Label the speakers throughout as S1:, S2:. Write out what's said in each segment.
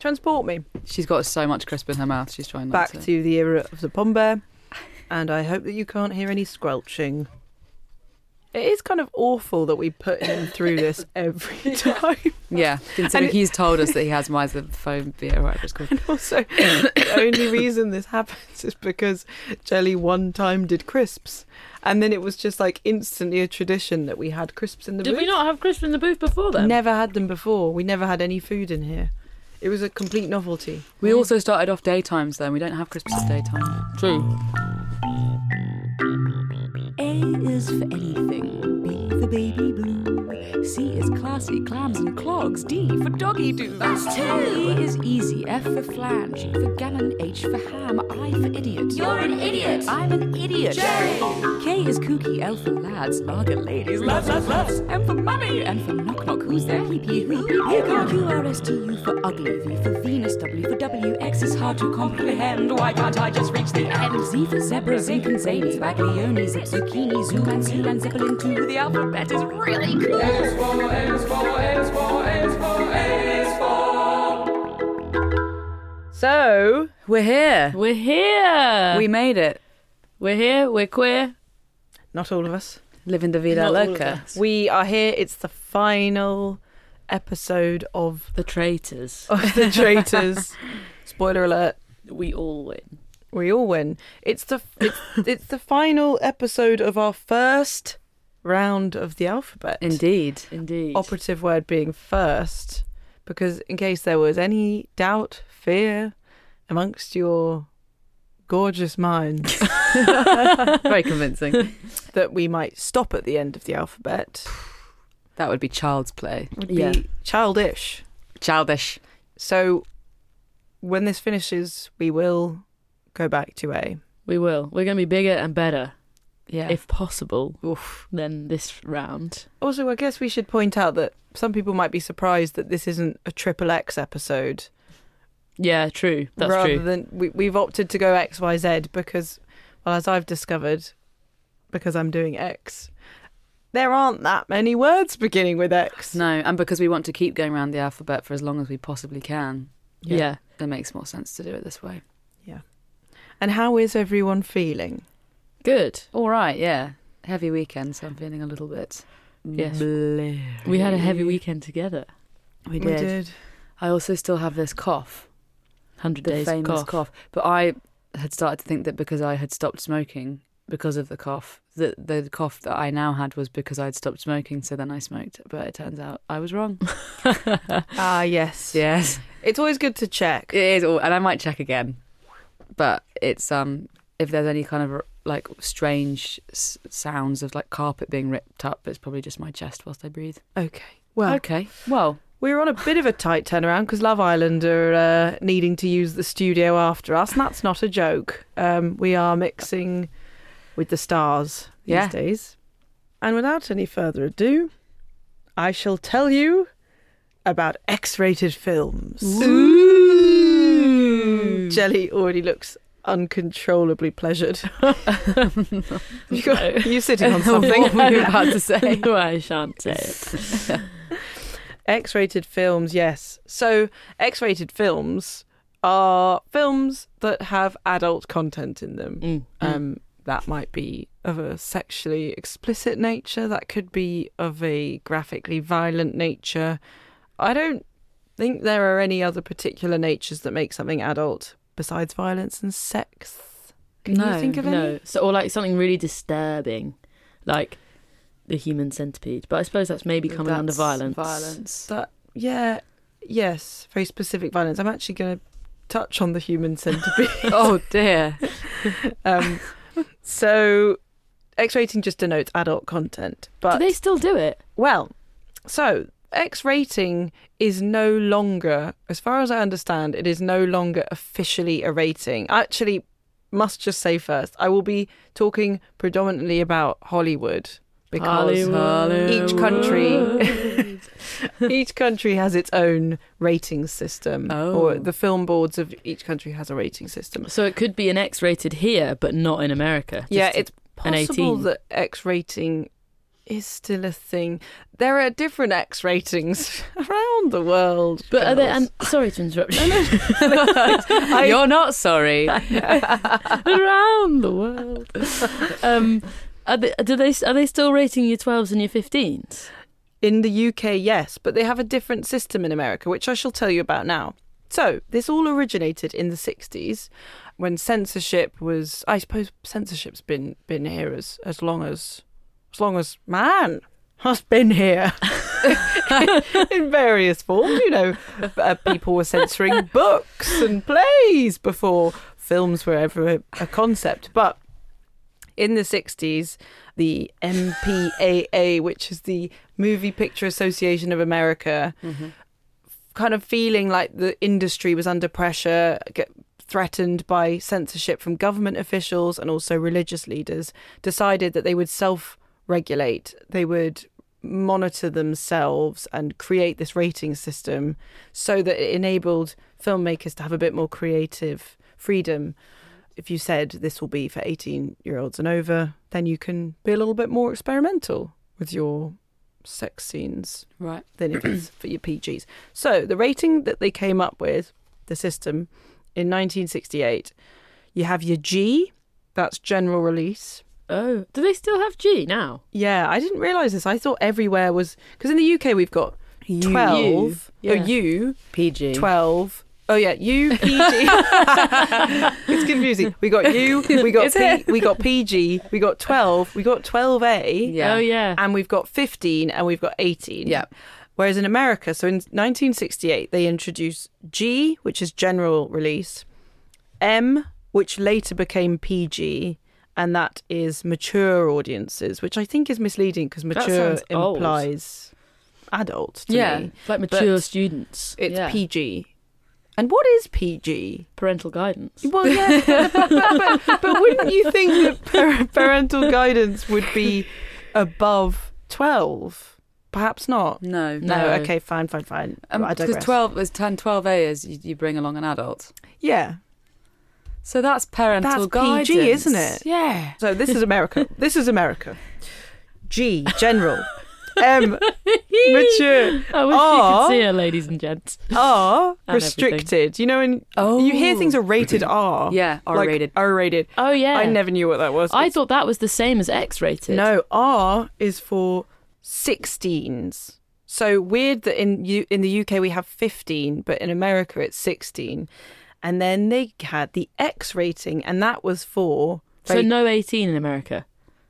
S1: Transport me
S2: She's got so much crisp in her mouth. She's trying not
S1: back to the era of the Pom Bear, and I hope that you can't hear any squelching. It is kind of awful that we put him through this every time.
S2: Yeah, considering
S1: it-
S2: he's told us that he has misophobia or whatever it's called.
S1: Also, the only reason this happens is because Jelly one time did crisps, and then it was just like instantly a tradition that we had crisps in the
S3: Did
S1: booth.
S3: we not have crisps in the booth before then?
S1: Never had them before. We never had any food in here. It was a complete novelty.
S2: We also started off daytimes then. We don't have crisps at daytime.
S3: True.
S4: A is for anything. B for baby blue. C is classy, clams and clogs. D for doggy do. That's two. E is easy. F for flange. G for gallon. H for ham. I for idiot. You're an idiot. I'm an idiot. J. K is kooky. L for lads. R for ladies. Loves, loves, loves. M for mummy. N for knock knock. Who's there? Pee pee. Who? Here go. Q R S T U for ugly. V for Venus. W for W. X is hard to comprehend. Why can't I just reach the end? Z for zebra. Zinc and zany. Baglioni. Zip zucchini. Zoom and zoo and zeppelin too. The alphabet is really cool.
S1: So,
S2: We're here.
S3: We're here.
S2: We made it.
S3: We're here. We're queer.
S1: not all of us.
S2: Living the vida
S3: Not all of
S2: loca.
S3: us.
S1: We are here. It's the final episode of
S3: The traitors.
S1: of the traitors. Spoiler alert:
S3: We all win.
S1: we all win. It's the it's, it's the final episode of our first round of the alphabet.
S2: Indeed.
S3: Indeed.
S1: Operative word being first, because in case there was any doubt, fear amongst your gorgeous minds
S2: Very convincing.
S1: that we might stop at the end of the alphabet
S2: that would be child's play.
S1: would
S3: Yeah.
S1: be childish.
S2: Childish.
S1: So when this finishes, we will go back to A.
S3: we will. We're going to be bigger and better,
S2: Yeah.
S3: if possible,
S2: Oof.
S3: than this round.
S1: Also, I guess we should point out that some people might be surprised that this isn't a triple X episode.
S3: Yeah, true. That's
S1: rather
S3: true.
S1: than we, we've opted to go X Y Z because, well, as I've discovered, because I'm doing X, there aren't that many words beginning with X.
S2: No, and because we want to keep going around the alphabet for as long as we possibly can,
S3: yeah.
S2: it makes more sense to do it this way.
S1: And how is everyone feeling?
S3: Good.
S2: All right, yeah. Heavy weekend, so I'm feeling a little bit.
S3: Yes. We had a heavy weekend together.
S2: We did. I also still have this cough,
S3: 100
S2: the
S3: days of
S2: famous
S3: cough.
S2: cough. But I had started to think that because I had stopped smoking because of the cough, that the cough that I now had was because I'd stopped smoking, so then I smoked. But it turns out I was wrong.
S1: Ah, yes.
S2: yes.
S1: It's always good to check.
S2: It is, all, and I might check again. But it's um, if there's any kind of like strange s- sounds of like carpet being ripped up, it's probably just my chest whilst I breathe.
S1: Okay. Well,
S2: okay, well,
S1: we're on a bit of a tight turnaround because Love Island are uh, needing to use the studio after us, and that's not a joke. Um, we are mixing with the stars these
S2: Yeah.
S1: days. And without any further ado, I shall tell you about X rated films. Jelly already looks uncontrollably pleasured. you got,
S3: No.
S1: Are you sitting on something?
S2: what were you about to say?
S3: No, I shan't say it.
S1: X rated films, yes. So, X rated films are films that have adult content in them.
S3: Mm.
S1: Um, that might be of a sexually explicit nature, that could be of a graphically violent nature. I don't think there are any other particular natures that make something adult besides violence and sex. Can
S2: No,
S1: you think of any?
S3: no. So, or like something really disturbing, like the human centipede. But I suppose that's maybe coming under
S2: That's
S3: violence.
S2: Violence.
S1: That, yeah, yes, very specific violence. I'm actually going to touch on the human centipede.
S2: oh dear.
S1: Um, so, X rating just denotes adult content.
S3: Do
S1: But,
S3: they still do it?
S1: well, so X rating is no longer, as far as I understand, it is no longer officially a rating. Actually, must just say first, I will be talking predominantly about Hollywood because each country each country has its own rating system
S2: Oh.
S1: or the film boards of each country has a rating system
S3: So it could be an X rated here, but not in America.
S1: yeah,
S3: Just
S1: it's
S3: an
S1: possible
S3: 18.
S1: that X rating is still a thing. There are different X ratings around the world.
S3: But are there?
S1: girls.
S3: And sorry to interrupt you.
S2: You're not sorry.
S3: around the world. Um, are they, do they are they still rating your twelves and your fifteens?
S1: In the UK, yes, but they have a different system in America, which I shall tell you about now. So, this all originated in the 60s when censorship was I suppose censorship's been been here as as long as as long as man has been here in various forms, you know, uh, people were censoring books and plays before films were ever a, a concept, but in the 60s, the MPAA, which is the Movie Picture Association of America,
S2: Mm-hmm.
S1: kind of feeling like the industry was under pressure, get threatened by censorship from government officials and also religious leaders, decided that they would self regulate. They would monitor themselves and create this rating system so that it enabled filmmakers to have a bit more creative freedom. If you said this will be for 18 year olds and over, then you can be a little bit more experimental with your sex scenes
S2: Right.
S1: than if it's for your PGs. So the rating that they came up with, the system, in 1968, you have your G, that's general release.
S3: Oh, do they still have G now?
S1: Yeah, I didn't realise this. I thought everywhere was because in the UK we've got 12,
S3: You, yeah.
S1: oh U,
S3: PG.
S1: 12. Oh yeah, U PG. it's confusing. We got U, we got
S2: Is
S1: P,
S2: it?
S1: we got PG, we got 12, we got 12A.
S2: Yeah.
S3: Oh yeah.
S1: and we've got 15 and we've got 18.
S2: Yeah.
S1: Whereas in America, so in 1968, they introduced G, which is general release, M, which later became PG, and that is mature audiences, which I think is misleading because mature
S3: sounds old.
S1: implies adult to
S2: Yeah.
S1: me.
S3: like mature
S2: but-
S3: students.
S1: It's
S2: Yeah.
S1: PG. And what is PG?
S3: Parental guidance.
S1: Well, yeah, but, but, but, but wouldn't you think that par- parental guidance would be above 12? Perhaps not.
S2: No. Um,
S1: No,
S3: No.
S1: okay, fine, fine, fine. I
S2: Because
S1: digress.
S2: 12 is 10, 12A is you, you bring along an adult.
S1: yeah.
S2: So that's parental
S1: That's
S2: guidance.
S1: PG, isn't it?
S2: Yeah.
S1: So this is America. this is America. G, general. M, mature.
S3: I wish
S1: Or-
S3: you could see her, ladies and gents.
S1: R,
S3: everything.
S1: restricted. You know, and
S2: Oh.
S1: you hear things are rated R.
S2: Yeah,
S1: like
S2: R-rated.
S1: R-rated.
S3: Oh yeah.
S1: I never knew what that was.
S3: I
S1: It's-
S3: thought that was the same as X-rated.
S1: No, R is for 16s. So weird that in U- in the UK we have 15, but in America it's 16. And then they had the X rating, and that was for
S3: So no 18 in America.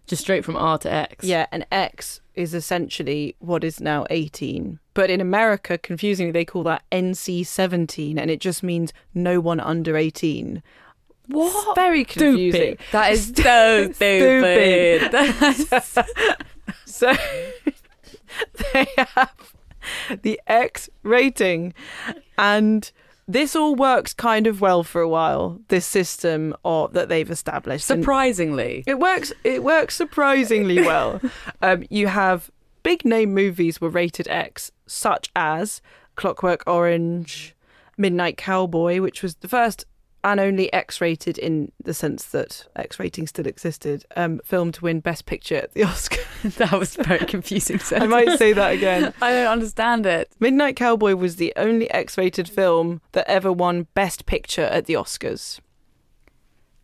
S3: Just straight from R to X.
S1: yeah, and X is essentially what is now 18. But in America, confusingly, they call that NC 17, and it just means no one under 18. What? very confusing.
S2: That is so
S1: Stupid. So they have the X rating. And this all works kind of well for a while, this system or that they've established. And
S2: Surprisingly.
S1: it works it works surprisingly well. Um, you have big name movies were rated X, such as Clockwork Orange, Midnight Cowboy, which was the first and only X rated in the sense that X rating still existed, um, film to win Best Picture at the Oscars.
S2: That was very confusing.
S1: I might say that again.
S2: I don't understand it.
S1: Midnight Cowboy was the only X rated film that ever won Best Picture at the Oscars.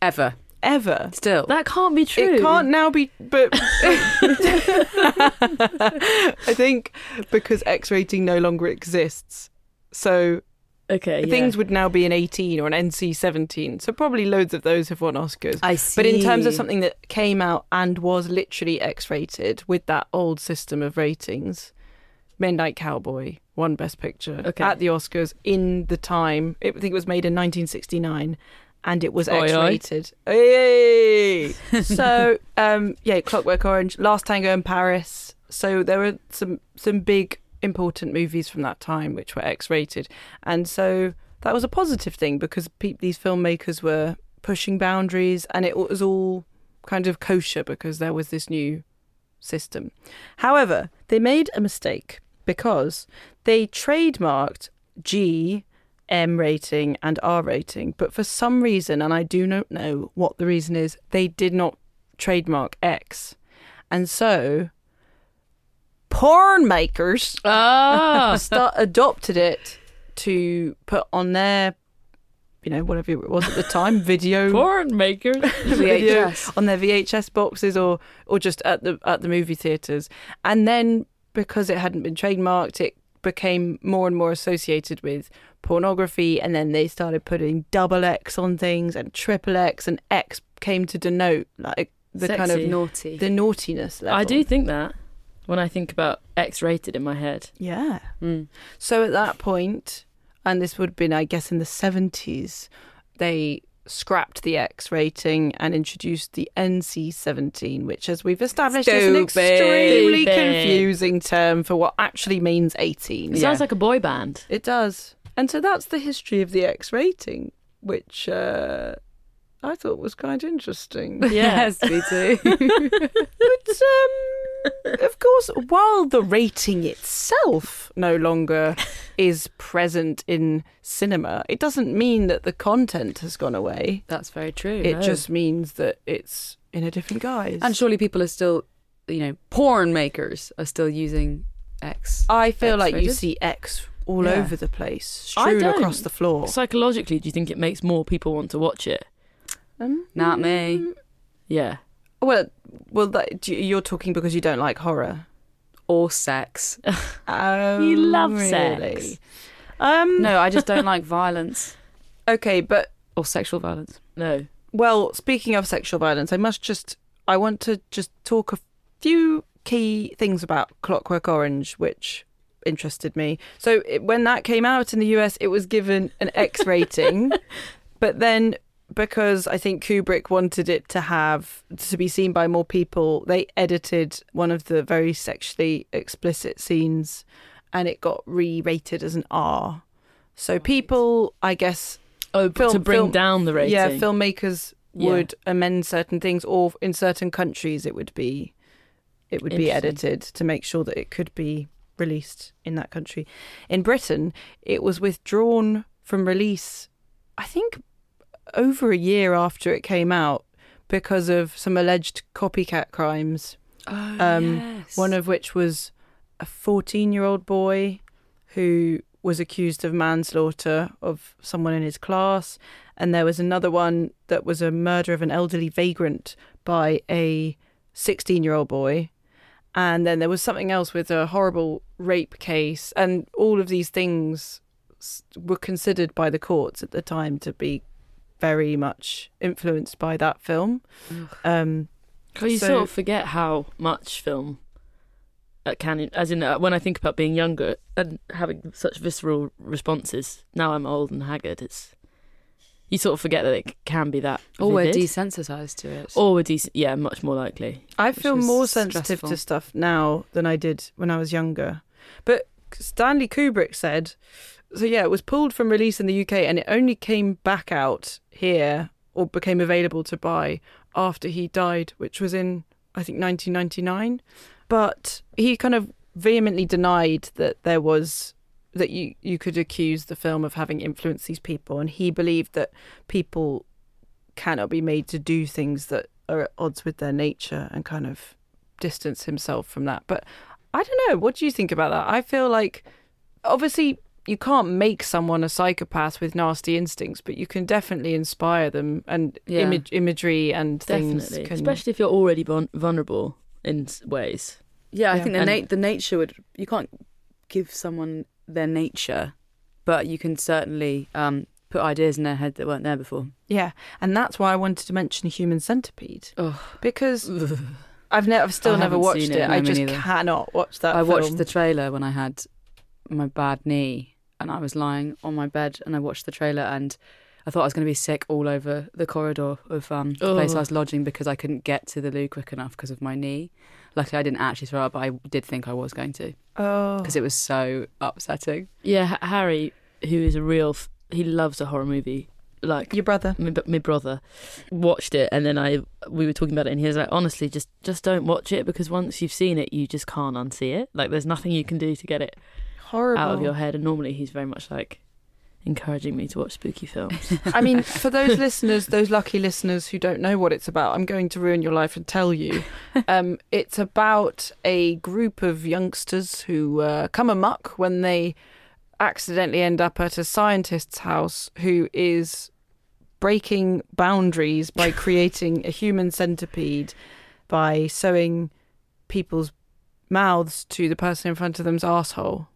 S2: Ever.
S1: Ever.
S2: Still.
S3: That can't be true.
S1: It can't now be, but I think because X rating no longer exists, so
S3: Okay. yeah.
S1: things would now be an 18 or an NC 17. So probably loads of those have won Oscars.
S2: I see.
S1: But in terms of something that came out and was literally X rated with that old system of ratings, Midnight Cowboy won Best Picture
S3: Okay.
S1: at the Oscars in the time. I think it was made in 1969 and it was
S3: Oi, oi.
S1: X rated. Hey! so, um, yeah, Clockwork Orange, Last Tango in Paris. So there were some, some big, important movies from that time which were X rated. And so that was a positive thing because pe- these filmmakers were pushing boundaries and it was all kind of kosher because there was this new system. However, they made a mistake because they trademarked G, M rating, and R rating, but for some reason, and I do not know what the reason is, they did not trademark X. And so porn makers
S3: Ah,
S1: start, adopted it to put on their, you know, whatever it was at the time, video
S3: porn maker.
S1: video
S2: VHS.
S1: on their VHS boxes or or just at the at the movie theaters. And then because it hadn't been trademarked, it became more and more associated with pornography. And then they started putting double X on things and triple X, and X came to denote like the kind
S3: Sexy.
S1: of
S2: Naughty.
S1: the naughtiness level.
S3: I do think that when I think about X-rated in my head.
S1: Yeah.
S2: Mm.
S1: So at that point, and this would have been, I guess, in the 70s, they scrapped the X rating and introduced the NC 17, which, as we've established, is an
S3: Stupid.
S1: extremely
S3: Stupid.
S1: confusing term for what actually means 18.
S3: It sounds like a boy band.
S1: It does. And so that's the history of the X rating, which uh, I thought was quite interesting.
S3: Yes.
S2: me too.
S1: But um, of course, while the rating itself no longer is present in cinema, it doesn't mean that the content has gone away.
S2: That's very true.
S1: It
S3: no.
S1: just means that it's in a different guise.
S2: And surely people are still, you know, porn makers are still using X.
S1: I feel like you
S2: X-rated?
S1: see X all
S2: Yeah.
S1: over the place,
S3: I
S1: strewn
S3: don't.
S1: across the floor.
S3: Psychologically, do you think it makes more people want to watch it?
S1: Um,
S2: Not me.
S3: Yeah.
S1: Well, well, that, you- you're talking because you don't like horror.
S2: Or sex.
S1: Oh,
S3: You love
S1: really?
S3: sex.
S1: Um,
S2: No, I just don't like violence
S1: Okay, but
S2: or sexual violence.
S3: No.
S1: Well, speaking of sexual violence, I must just I want to just talk a few key things about Clockwork Orange which interested me. So it, when that came out in the US, it was given an X rating, but then because I think Kubrick wanted it to have to be seen by more people, they edited one of the very sexually explicit scenes and it got re-rated as an R. So people, I guess,
S3: Oh, but
S1: Film-
S3: to bring
S1: film-
S3: down the rating.
S1: yeah, filmmakers
S3: Yeah.
S1: would amend certain things, or in certain countries, it would be it would be
S3: Interesting.
S1: edited to make sure that it could be released in that country. In Britain, it was withdrawn from release. I think over a year after it came out because of some alleged copycat crimes.
S2: Oh,
S1: Um, One of which was a 14 year old boy who was accused of manslaughter of someone in his class. And there was another one that was a murder of an elderly vagrant by a 16 year old boy. And then there was something else with a horrible rape case. And all of these things s- were considered by the courts at the time to be very much influenced by that film. Um,
S3: Oh, you
S1: So-
S3: sort of forget how much film uh, can, as in uh, when I think about being younger and having such visceral responses. Now I'm old and haggard. It's you sort of forget that it can be that.
S2: or we're
S3: vivid.
S2: desensitized to it.
S3: Or we're decent. Yeah, much more likely.
S1: I
S2: which
S1: feel
S2: was
S1: more sensitive
S2: stressful.
S1: to stuff now than I did when I was younger. But Stanley Kubrick said, so yeah, it was pulled from release in the UK and it only came back out here or became available to buy after he died, which was in, I think, 1999. But he kind of vehemently denied that there was that you you could accuse the film of having influenced these people and he believed that people cannot be made to do things that are at odds with their nature and kind of distance himself from that but i don't know what do you think about that i feel like obviously you can't make someone a psychopath with nasty instincts but you can definitely inspire them and
S2: Yeah.
S1: image, imagery and things
S3: Definitely,
S1: can
S3: especially if you're already vul- vulnerable in s- ways.
S2: yeah, I
S1: Yeah.
S2: think the,
S3: And-
S2: nat- the nature would. You can't give someone their nature, but you can certainly um, put ideas in their head that weren't there before.
S1: yeah and that's why i wanted to mention human centipede
S2: Oh,
S1: because I've never, I've still
S2: I
S1: never
S2: haven't
S1: watched
S2: seen
S1: it.
S2: it, no,
S1: I
S2: me
S1: just
S2: neither.
S1: cannot watch that.
S2: I watched
S1: film.
S2: the trailer when I had my bad knee and I was lying on my bed and I watched the trailer and I thought I was going to be sick all over the corridor of um, the place I
S3: Ugh.
S2: was lodging because I couldn't get to the loo quick enough because of my knee. Luckily, I didn't actually throw up, but I did think I was going to
S1: oh,
S2: because it was so upsetting.
S3: Yeah, H- Harry, who is a real, f- he loves a horror movie. Like
S1: your brother.
S3: my, b- my brother watched it and then I we were talking about it and he was like honestly just just don't watch it because once you've seen it you just can't unsee it like there's nothing you can do to get it
S1: Horrible.
S3: out of your head and normally he's very much like encouraging me to watch spooky films.
S1: I mean, for those listeners, those lucky listeners who don't know what it's about, I'm going to ruin your life and tell you. Um, it's about a group of youngsters who uh, come amuck when they accidentally end up at a scientist's house who is breaking boundaries by creating a human centipede by sewing people's mouths to the person in front of them's asshole.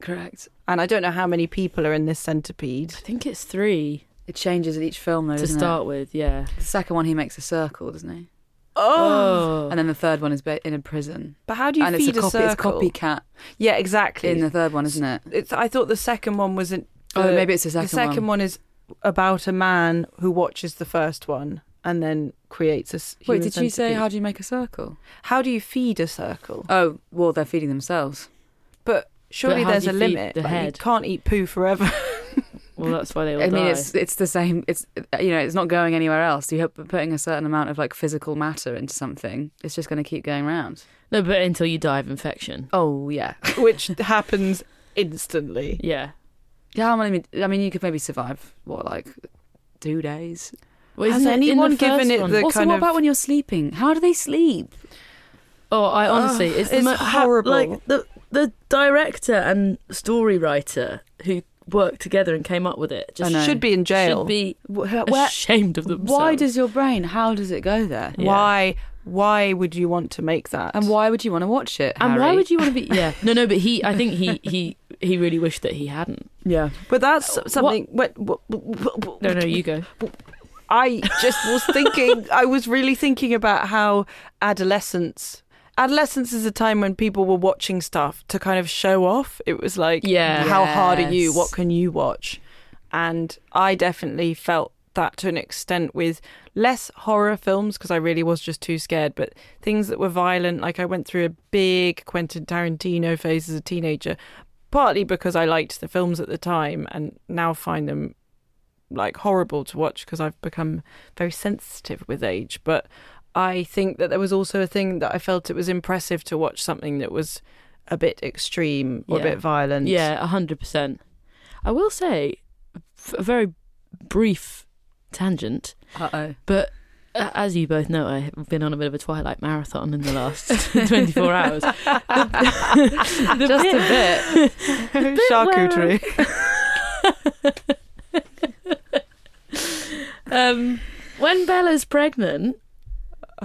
S2: Correct.
S1: And I don't know how many people are in this centipede.
S3: I think it's three
S2: It changes at each film, though.
S3: to
S2: doesn't it?
S3: start with. Yeah.
S2: the second one he makes a circle, doesn't he?
S3: Oh.
S2: And then the third one is ba- in a prison,
S1: But how do you
S2: and
S1: feed
S2: it's a, copy, it's
S1: circle?
S2: copycat
S1: Yeah, exactly.
S2: in the third one, isn't it?
S1: it's, I thought the second one was in,
S2: Oh,
S1: the-
S2: maybe it's the
S1: the
S2: second,
S1: second
S2: one.
S1: one. is about a man who watches the first one and then creates a. s-
S2: Wait,
S1: human
S2: did you say
S1: centipede.
S2: how do you make a circle?
S1: How do you feed a circle?
S2: Oh, well, they're feeding themselves.
S1: But surely
S3: how do
S1: there's
S3: you
S1: a
S3: feed
S1: limit.
S3: the
S1: Like,
S3: head?
S1: You can't eat poo forever.
S3: Well, that's why they all
S2: I mean,
S3: die.
S2: it's it's the same. It's you know, it's not going anywhere else. You're putting a certain amount of like physical matter into something. It's just going to keep going round.
S3: No, but until you die of infection.
S2: Oh yeah,
S1: which happens instantly.
S3: Yeah.
S2: yeah. I mean, I mean, you could maybe survive what like two days.
S3: Well,
S1: Has
S3: isn't it in the
S1: anyone given
S3: first
S1: it
S3: one?
S1: the-
S2: also,
S1: kind
S2: what
S1: of-
S2: about when you're sleeping? How do they sleep?
S3: Oh, I honestly, it's, the
S1: it's
S3: mo- ha-
S1: horrible.
S3: like the the director and story writer who worked together and came up with it just
S2: I know.
S1: Should be in jail.
S3: should be
S2: Wh- Where,
S3: ashamed of themselves.
S2: why does your brain? How does it go there?
S3: Yeah.
S1: Why? Why would you want to make that?
S2: And why would you want to watch it?
S3: and why
S2: Harry?
S3: would you want to be? Yeah, no, no, but he, I think he, he, he really wished that he hadn't.
S2: Yeah.
S1: But that's
S3: What-
S1: something. What? What, what, what-
S3: No, no, you go.
S1: I just was thinking, I was really thinking about how adolescence. Adolescence is a time when people were watching stuff to kind of show off. It was like,
S3: Yeah.
S1: how hard are you?
S2: Yes.
S1: What can you watch? And I definitely felt that to an extent with less horror films because I really was just too scared, but things that were violent. Like I went through a big Quentin Tarantino phase as a teenager, partly because I liked the films at the time and now find them like horrible to watch because I've become very sensitive with age. But I think that there was also a thing that I felt it was impressive to watch something that was a bit extreme or
S3: Yeah.
S1: a bit violent.
S3: Yeah, hundred percent. I will say, f- a very brief tangent,
S2: Uh oh.
S3: but a- as you both know, I've been on a bit of a Twilight marathon in the last twenty-four hours. The
S2: Just a
S3: bit-
S2: bit.
S1: Charcuterie.
S3: um, when Bella's pregnant,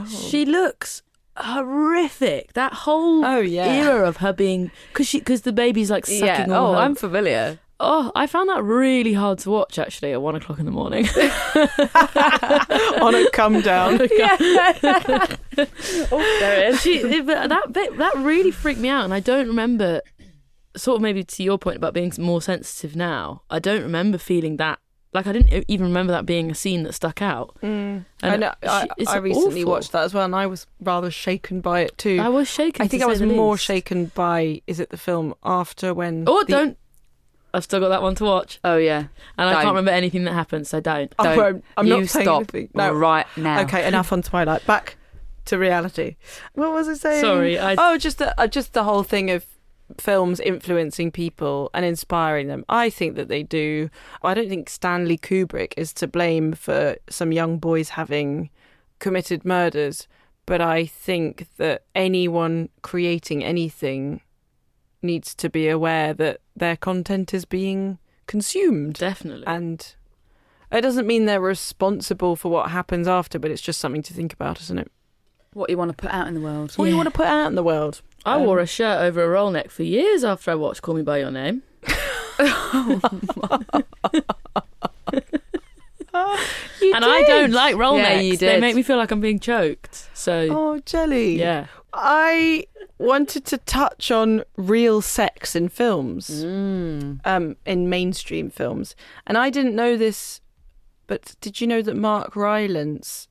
S3: she looks horrific. That whole
S1: Oh, yeah.
S3: era of her being because she because the baby's like sucking
S2: Yeah.
S3: all
S2: Oh,
S3: her-
S2: I'm familiar.
S3: oh I found that really hard to watch actually at one o'clock in the morning.
S1: on a come down.
S3: oh, there it is. She, it- but that bit that really freaked me out, and I don't remember. Sort of maybe to your point about being more sensitive now. I don't remember feeling that. Like I didn't e, even remember that being a scene that stuck out.
S1: Oh. Mm. I, know, I,
S3: she- it's
S1: I recently
S3: awful.
S1: watched that as well, and I was rather shaken by it too.
S3: I was shaken.
S1: I
S3: to
S1: think I
S3: say
S1: was
S3: the
S1: more
S3: least.
S1: shaken by is it the film after when
S3: Oh,
S1: the-
S3: don't. I've still got that one to watch,
S2: Oh yeah.
S3: and I
S2: Don't.
S3: can't remember anything that happened, so don't.
S1: I
S2: Don't.
S1: won't- I'm
S2: you
S1: not saying
S2: stop
S1: anything. No.
S2: right now.
S1: Okay, enough on Twilight. Back to reality. What was I saying?
S3: Sorry, I-
S1: Oh, just the uh, just the whole thing of films influencing people and inspiring them. I think that they do. I don't think Stanley Kubrick is to blame for some young boys having committed murders, but I think that anyone creating anything needs to be aware that their content is being consumed
S3: Definitely.
S1: and it doesn't mean they're responsible for what happens after, but it's just something to think about, isn't it?
S2: What you want to put out in the world?
S1: What do you
S3: Yeah.
S1: want to put out in the world?
S3: I wore a shirt over a roll neck for years after I watched Call Me by Your Name.
S1: You
S3: and I don't like roll
S2: Yeah,
S3: necks.
S2: you
S3: They
S2: did.
S3: make me feel like I'm being choked. So
S1: Oh, jelly.
S3: yeah.
S1: I wanted to touch on real sex in
S3: Mm.
S1: films,
S2: Mm.
S1: um, in mainstream films. And I didn't know this, but did you know that Mark Rylance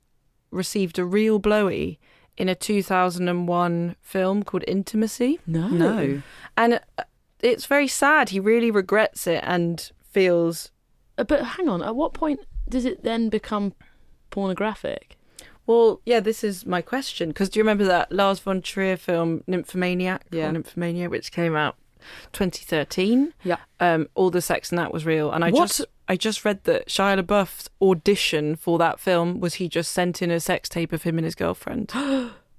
S1: received a real blowy in a 2001 film called Intimacy?
S3: No.
S2: No.
S1: And uh, it's very sad. He really regrets it and feels
S3: Uh, But hang on, at what point does it then become pornographic?
S1: Well, yeah, this is my question because do you remember that Lars von Trier film *Nymphomaniac*? or
S2: Yeah.
S1: *Nymphomania*, which came out 2013.
S2: Yeah.
S1: Um, all the sex in that was real, and I
S2: What?
S1: just I just read that Shia LaBeouf's audition for that film was he just sent in a sex tape of him and his girlfriend.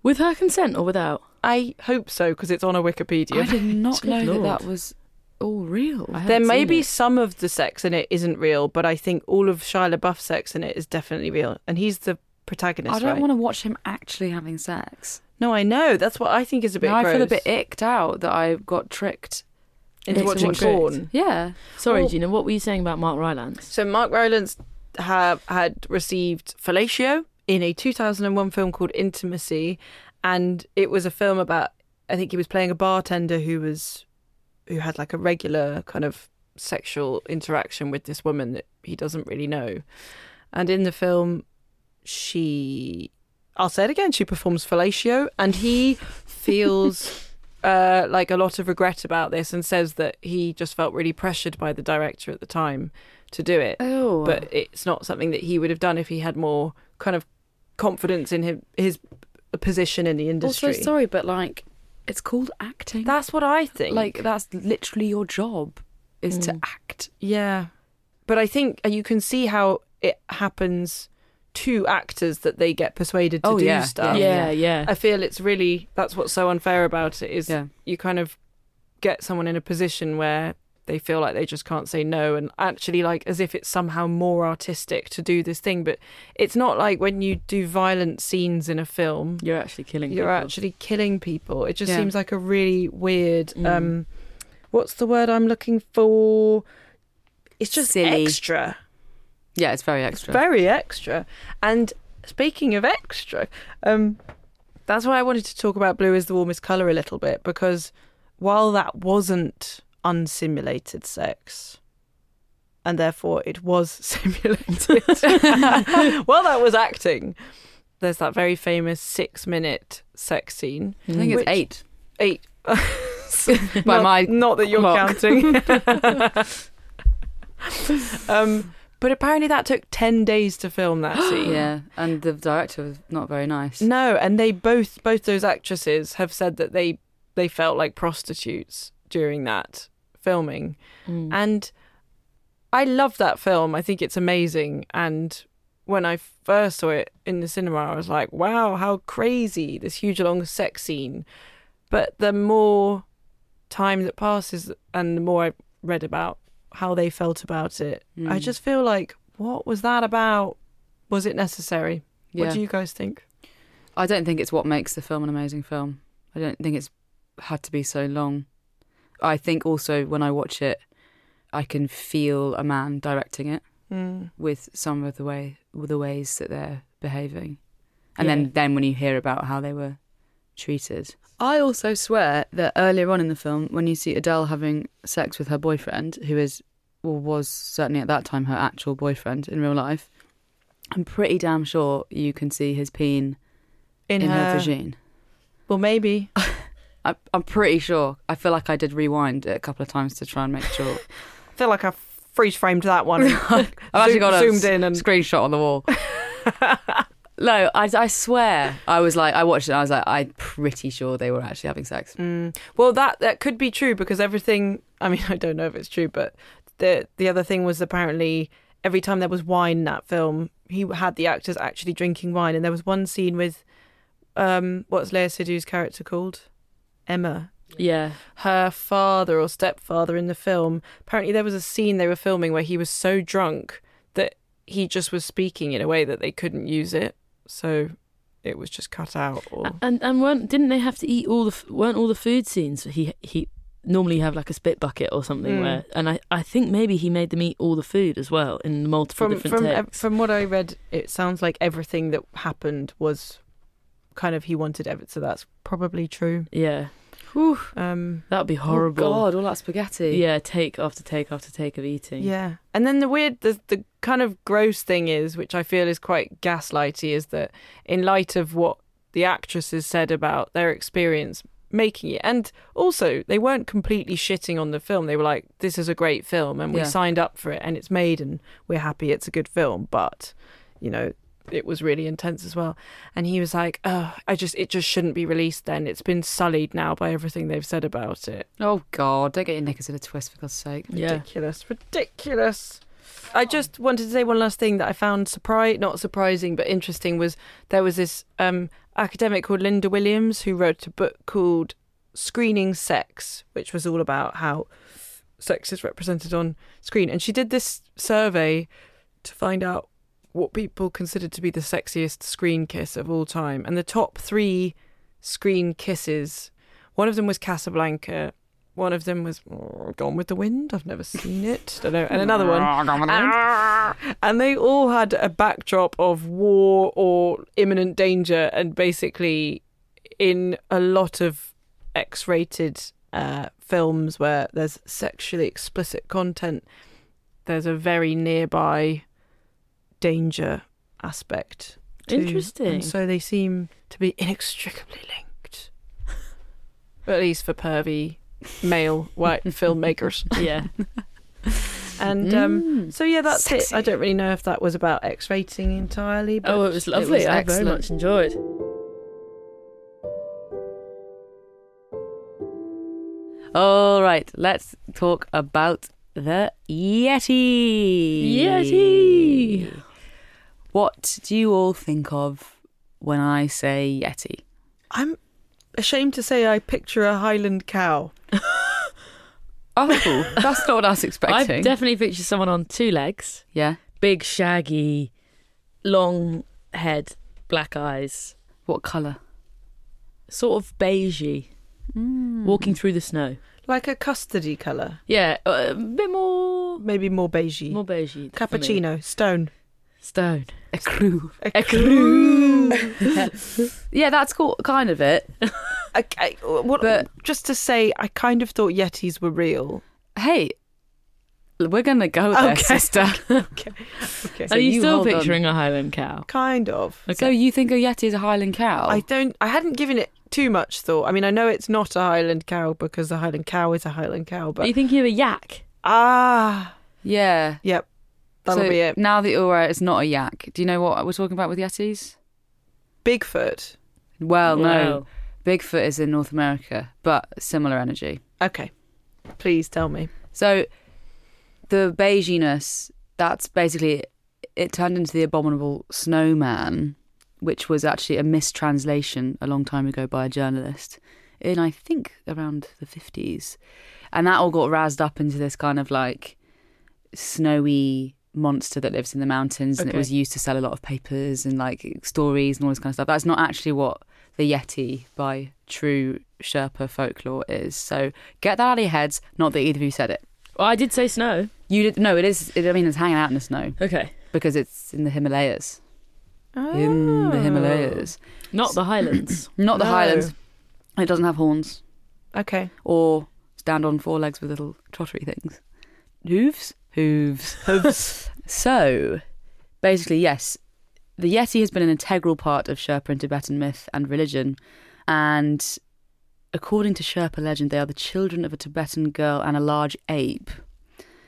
S3: With her consent or without?
S1: I hope so because it's on a
S2: I
S1: Wikipedia.
S2: did not
S3: Good
S2: know
S3: lord.
S2: that that was all real.
S3: I
S1: There
S3: haven't
S1: may
S3: seen
S1: be
S3: it.
S1: some of the sex in it isn't real, but I think all of Shia LaBeouf's sex in it is definitely real, and he's the protagonist.
S2: I don't
S1: right?
S2: want to watch him actually having sex.
S1: No, I know. That's what I think is a bit.
S2: Now I feel a
S1: gross.
S2: bit icked out that I got tricked.
S1: into
S2: It's
S1: watching
S2: not
S3: great.
S1: porn.
S2: Yeah.
S3: Sorry,
S1: Well-
S3: Gina, what were you saying about Mark Rylance?
S1: So Mark Rylance have, had received fellatio in a 2001 film called Intimacy, and it was a film about I think he was playing a bartender who was who had like a regular kind of sexual interaction with this woman that he doesn't really know, and in the film she. I'll say it again. She performs fellatio, and he feels uh, like a lot of regret about this, and says that he just felt really pressured by the director at the time to do it.
S2: Oh.
S1: But it's not something that he would have done if he had more kind of confidence in him, his position in the industry.
S2: also, sorry, but like, it's called acting.
S1: That's what I think.
S2: like, that's literally your job is to act.
S1: yeah, but I think you can see how it happens to actors that they get persuaded to
S2: Oh,
S1: do
S2: yeah,
S1: stuff.
S3: yeah, yeah.
S1: Um, I feel it's really that's what's so unfair about it is
S2: Yeah.
S1: you kind of get someone in a position where they feel like they just can't say no and actually like as if it's somehow more artistic to do this thing but it's not like when you do violent scenes in a film
S3: You're actually killing
S1: you're
S3: people.
S1: actually killing people it just
S2: Yeah. Mm.
S1: seems like a really weird um what's the word i'm looking for it's just
S2: Silly.
S1: extra
S2: Yeah, it's very extra.
S1: very extra. And speaking of extra, um, that's why I wanted to talk about blue is the warmest color a little bit because while that wasn't unsimulated sex, and therefore it was simulated. while that was acting, there's that very famous six-minute sex scene.
S3: Mm.
S2: I think it's
S1: Which-
S2: eight.
S1: Eight.
S2: By
S1: not,
S2: my
S1: not that you're
S2: clock.
S1: counting. um, but apparently that took ten days to film that scene.
S2: yeah, and the director was not very nice.
S1: No, and they both both those actresses have said that they they felt like prostitutes during that filming.
S3: Mm.
S1: And I love that film. I think it's amazing and when I first saw it in the cinema I was like, wow, how crazy this huge long sex scene. But the more time that passes and the more I read about how they felt about it, I
S2: Mm.
S1: just feel like what was that about? Was it necessary?
S2: Yeah.
S1: What do you guys think?
S2: I don't think it's what makes the film an amazing film. I don't think it's had to be so long. I think also when I watch it, I can feel a man directing it
S1: Mm.
S2: with some of the way with the ways that they're behaving, and
S3: Yeah.
S2: then then when you hear about how they were treated. I also swear that earlier on in the film, when you see Adele having sex with her boyfriend, who is well was certainly at that time her actual boyfriend in real life, I'm pretty damn sure you can see his peen in, her vagine.
S1: Well, maybe.
S2: I, I'm pretty sure. I feel like I did rewind it a couple of times to try and make sure.
S1: I feel like I freeze framed that one.
S2: I've actually
S1: Zoom-
S2: got a
S1: zoomed in and-
S2: screenshot on the wall. no, I, I swear. I was like, I watched it. and I was like, I'm pretty sure they were actually having sex.
S1: Mm. Well, that that could be true because everything. I mean, I don't know if it's true, but the the other thing was apparently every time there was wine in that film, he had the actors actually drinking wine, and there was one scene with um, what's Leia Sidhu's character called? Emma.
S3: Yeah.
S1: her father or stepfather in the film. Apparently, there was a scene they were filming where he was so drunk that he just was speaking in a way that they couldn't use it, so it was just cut out. Or
S3: And and weren't didn't they have to eat all the f- weren't all the food scenes he he normally have like a spit bucket or something
S1: Mm.
S3: where and I, I think maybe he made them eat all the food as well in multiple
S1: from
S3: different
S1: from ev-
S3: takes.
S1: from what I read, it sounds like everything that happened was kind of he wanted Evan, so that's probably true.
S3: yeah,
S1: Um,
S3: that would be horrible.
S2: Oh, God, all that spaghetti.
S3: Yeah, take after take after take of eating.
S1: Yeah. And then the weird, the, the kind of gross thing is, which I feel is quite gaslighty, is that in light of what the actresses said about their experience making it, and also they weren't completely shitting on the film. They were like, this is a great film and we
S2: Yeah.
S1: signed up for it and it's made and we're happy it's a good film. But, you know, it was really intense as well. And he was like, "Oh, I just it just shouldn't be released. Then it's been sullied now by everything they've said about it.
S2: Oh God! Don't get your knickers in a twist for God's sake.
S3: Yeah.
S1: Ridiculous, ridiculous." I just wanted to say one last thing that I found surprise not surprising but interesting was there was this um, academic called Linda Williams who wrote a book called Screening Sex, which was all about how sex is represented on screen. And she did this survey to find out what people considered to be the sexiest screen kiss of all time. And the top three screen kisses, one of them was Casablanca. One of them was oh, Gone with the Wind. I've never seen it. Don't know. And another one. And, and they all had a backdrop of war or imminent danger. And basically, in a lot of X rated uh, films where there's sexually explicit content, there's a very nearby danger aspect. to-
S3: Interesting.
S1: And so they seem to be inextricably linked. At least for pervy male white filmmakers.
S3: yeah.
S1: And um,
S2: Mm.
S1: so, yeah, that's it.
S2: Sexy.
S1: I don't really know if that was about X rating entirely. But
S3: Oh, it was lovely.
S2: was
S3: I very
S2: excellent.
S3: much enjoyed.
S2: All right, let's talk about the Yeti.
S3: Yeti.
S2: What do you all think of when I say Yeti?
S1: I'm ashamed to say I picture a Highland cow.
S2: Oh, that's not what I was
S3: I
S2: expecting.
S3: definitely picture someone on two legs,
S2: yeah.
S3: big, shaggy, long head, black eyes,
S2: What colour?
S3: sort of beigey, walking through the snow.
S1: Like a custardy colour.
S3: Yeah, uh, a bit more
S1: Maybe more beigey.
S3: more beigey. for me.
S1: Cappuccino, stone.
S3: stone,
S2: A crew.
S3: a crew.
S2: Yeah, that's cool. Kind of it.
S1: Okay, what,
S2: But-
S1: just to say, I kind of thought Yetis were real.
S2: Hey, we're gonna go there,
S1: Okay.
S2: sister.
S1: Okay. okay.
S3: Are you,
S2: you
S3: still
S2: hold on.
S3: picturing a Highland cow?
S1: kind of.
S2: So you think a Yeti is a Highland
S3: Oh.
S2: cow?
S1: I don't. I hadn't given it too much thought. I mean, I know it's not a Highland cow because a Highland cow is a Highland cow,
S3: Are
S1: but
S3: you thinking of a yak?
S1: ah,
S2: Yeah.
S1: yep, that'll
S2: So
S1: be it.
S2: Now that you're aware it's not a yak, do you know what we're talking about with Yetis?
S1: Bigfoot.
S2: Well,
S3: Wow.
S2: no. Bigfoot is in North America, but similar energy.
S1: Okay, please tell me.
S2: So the beiginess, that's basically it turned into the abominable snowman, which was actually a mistranslation a long time ago by a journalist in I think around the fifties. And that all got razzed up into this kind of like snowy monster that lives in the mountains and it
S3: Okay.
S2: was used to sell a lot of papers and like stories and all this kind of stuff. That's not actually what the Yeti by true Sherpa folklore is. So get that out of your heads, not that either of you said it.
S3: Well, I did say snow.
S2: You did no. It is. It, I mean, it's hanging out in the snow
S3: Okay,
S2: because it's in the Himalayas. In the Himalayas,
S3: not the Highlands.
S2: not the
S1: Oh. No.
S2: highlands. It doesn't have horns
S1: Oh. Okay,
S2: or stand on four legs with little trottery things. Hooves. Hooves.
S1: hooves.
S2: So, basically, yes, the Yeti has been an integral part of Sherpa and Tibetan myth and religion. And according to Sherpa legend, they are the children of a Tibetan girl and a large ape.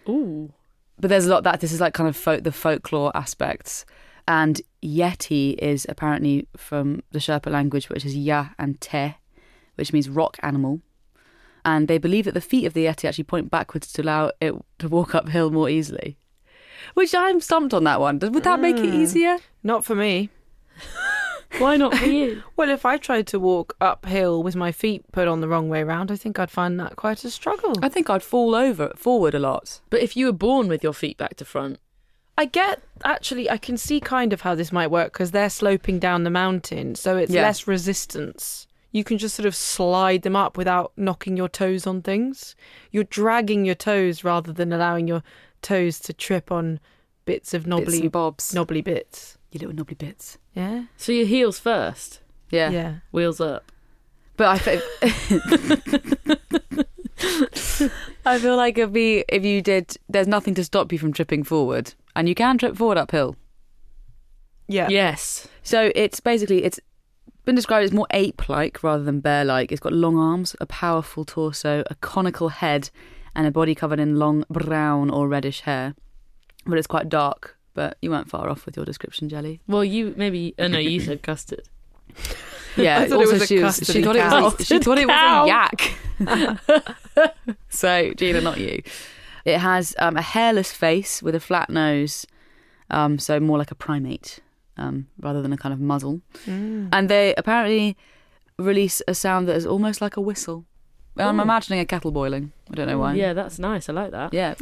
S3: Ooh,
S2: but there's a lot that this is like kind of folk, the folklore aspects and yeti is apparently from the sherpa language which is ya and te which means rock animal and they believe that the feet of the yeti actually point backwards to allow it to walk uphill more easily which i'm stumped on that one would that make it easier
S1: not for me.
S3: why not for you?
S1: Well, if I tried to walk uphill with my feet put on the wrong way round, I think I'd find that quite a struggle.
S2: i think i'd fall over forward a lot
S3: But if you were born with your feet back to front,
S1: I get actually, I can see kind of how this might work because they're sloping down the mountain, so it's
S2: Yeah.
S1: less resistance. You can just sort of slide them up without knocking your toes on things. You're dragging your toes rather than allowing your toes to trip on bits of
S2: Bits
S1: knobbly
S2: and bobs
S1: knobbly bits.
S2: your little knobbly bits
S1: Yeah?
S3: so your heels first,
S2: yeah,
S1: Yeah.
S3: wheels up.
S2: But I feel, I feel like if we, if you did, there's nothing to stop you from tripping forward, and you can trip forward uphill.
S1: Yeah.
S3: Yes.
S2: So it's basically it's been described as more ape-like rather than bear-like. It's got long arms, a powerful torso, a conical head, and a body covered in long brown or reddish hair. But it's quite dark, but you weren't far off with your description, Jelly.
S3: Well, you maybe. Oh no, you said custard.
S2: Yeah,
S1: I thought it
S2: also
S1: was a
S2: she she
S1: custody
S2: thought it
S1: cow.
S2: was a, she thought it was
S3: Cow.
S2: a yak. so Gina, not you. It has um, a hairless face with a flat nose, um, so more like a primate um, rather than a kind of muzzle.
S1: Mm.
S2: And they apparently release a sound that is almost like a whistle. I'm imagining a kettle boiling. I don't know why.
S3: Yeah, that's nice. I like that.
S2: yeah.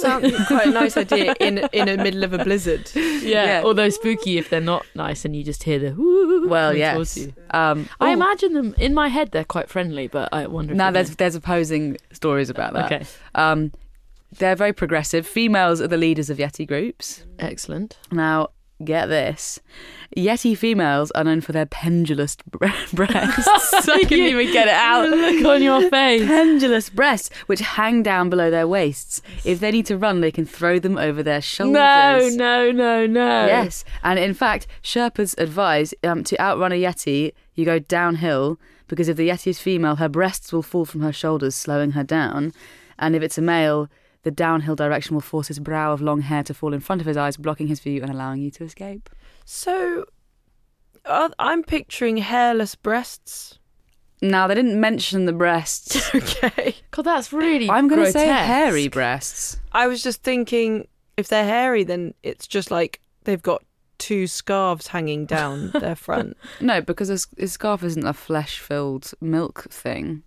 S1: Sounds quite a nice idea in in the middle of a blizzard.
S3: Yeah.
S2: Yeah.
S3: Although spooky if they're not nice and you just hear the whoo.
S2: Well,
S3: coming
S2: yes.
S3: towards you.
S2: Um,
S3: I
S2: ooh,
S3: imagine them in my head. They're quite friendly, but I wonder. if
S2: Now
S3: they're-
S2: there's there's opposing stories about that.
S3: okay.
S2: Um, they're very progressive. Females are the leaders of Yeti groups.
S3: Excellent.
S2: Now, get this Yeti females are known for their pendulous bre- breasts. I couldn't even get it out.
S3: Look on your face.
S2: Pendulous breasts, which hang down below their waists. If they need to run, they can throw them over their shoulders.
S3: No, no, no, no.
S2: Yes, and in fact, Sherpas advise um, to outrun a Yeti, you go downhill because if the Yeti is female, her breasts will fall from her shoulders, slowing her down. And if it's a male, the downhill direction will force his brow of long hair to fall in front of his eyes, blocking his view and allowing you to escape.
S1: So, uh, I'm picturing hairless breasts.
S2: Now, they didn't mention the breasts.
S1: Okay.
S3: God, that's really.
S2: I'm going to say
S3: grotesque.
S2: hairy breasts.
S1: I was just thinking if they're hairy, then it's just like they've got two scarves hanging down their front.
S2: No, because his, his scarf isn't a flesh filled milk thing.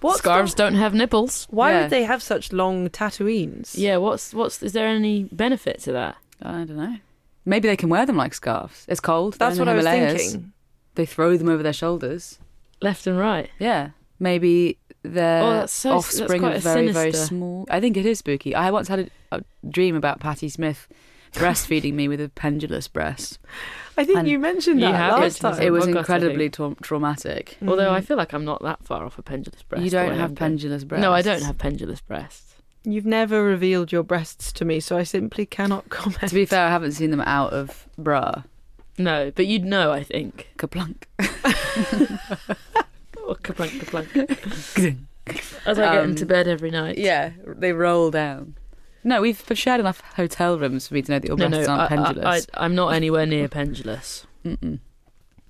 S1: What's
S3: Scarves don't have nipples.
S1: the- why
S2: yeah.
S1: would they have such long tattoos?
S3: Yeah. What's what's? Is there any benefit to that?
S2: I don't know. Maybe they can wear them like scarves. It's cold. they
S1: That's
S2: don't
S1: what I
S2: have
S1: was
S2: layers.
S1: thinking.
S2: They throw them over their shoulders.
S3: Left and right.
S2: Yeah, maybe their
S3: Oh, that's so- that's
S2: offspring
S3: quite
S2: are
S3: a
S2: very, very
S3: sinister-
S2: small. I think it is spooky. I once had a, a dream about Patty Smith breastfeeding me with a pendulous breast.
S1: I think
S2: And
S1: you mentioned
S3: you
S1: that
S3: have
S1: last
S3: mentioned
S1: time.
S2: it was
S3: podcast, I
S2: incredibly tra- traumatic.
S3: Although I feel like I'm not that far off a pendulous breast.
S2: Mm. you
S3: the
S2: don't
S3: way
S2: have
S3: I'm going.
S2: pendulous breasts.
S3: No, I don't have pendulous breasts.
S1: Mm. You've never revealed your breasts to me, so I simply cannot comment.
S2: To be fair, I haven't seen them out of bra.
S3: No, but you'd know, I think.
S2: Kaplunk.
S3: Or kaplunk, kaplunk. As I get
S2: Um,
S3: into bed every night.
S2: Yeah, they roll down. No, we've shared enough hotel rooms for me to know that your
S3: No,
S2: breasts
S3: no,
S2: aren't
S3: I,
S2: pendulous.
S3: I, am not anywhere near pendulous.
S2: Mm-mm.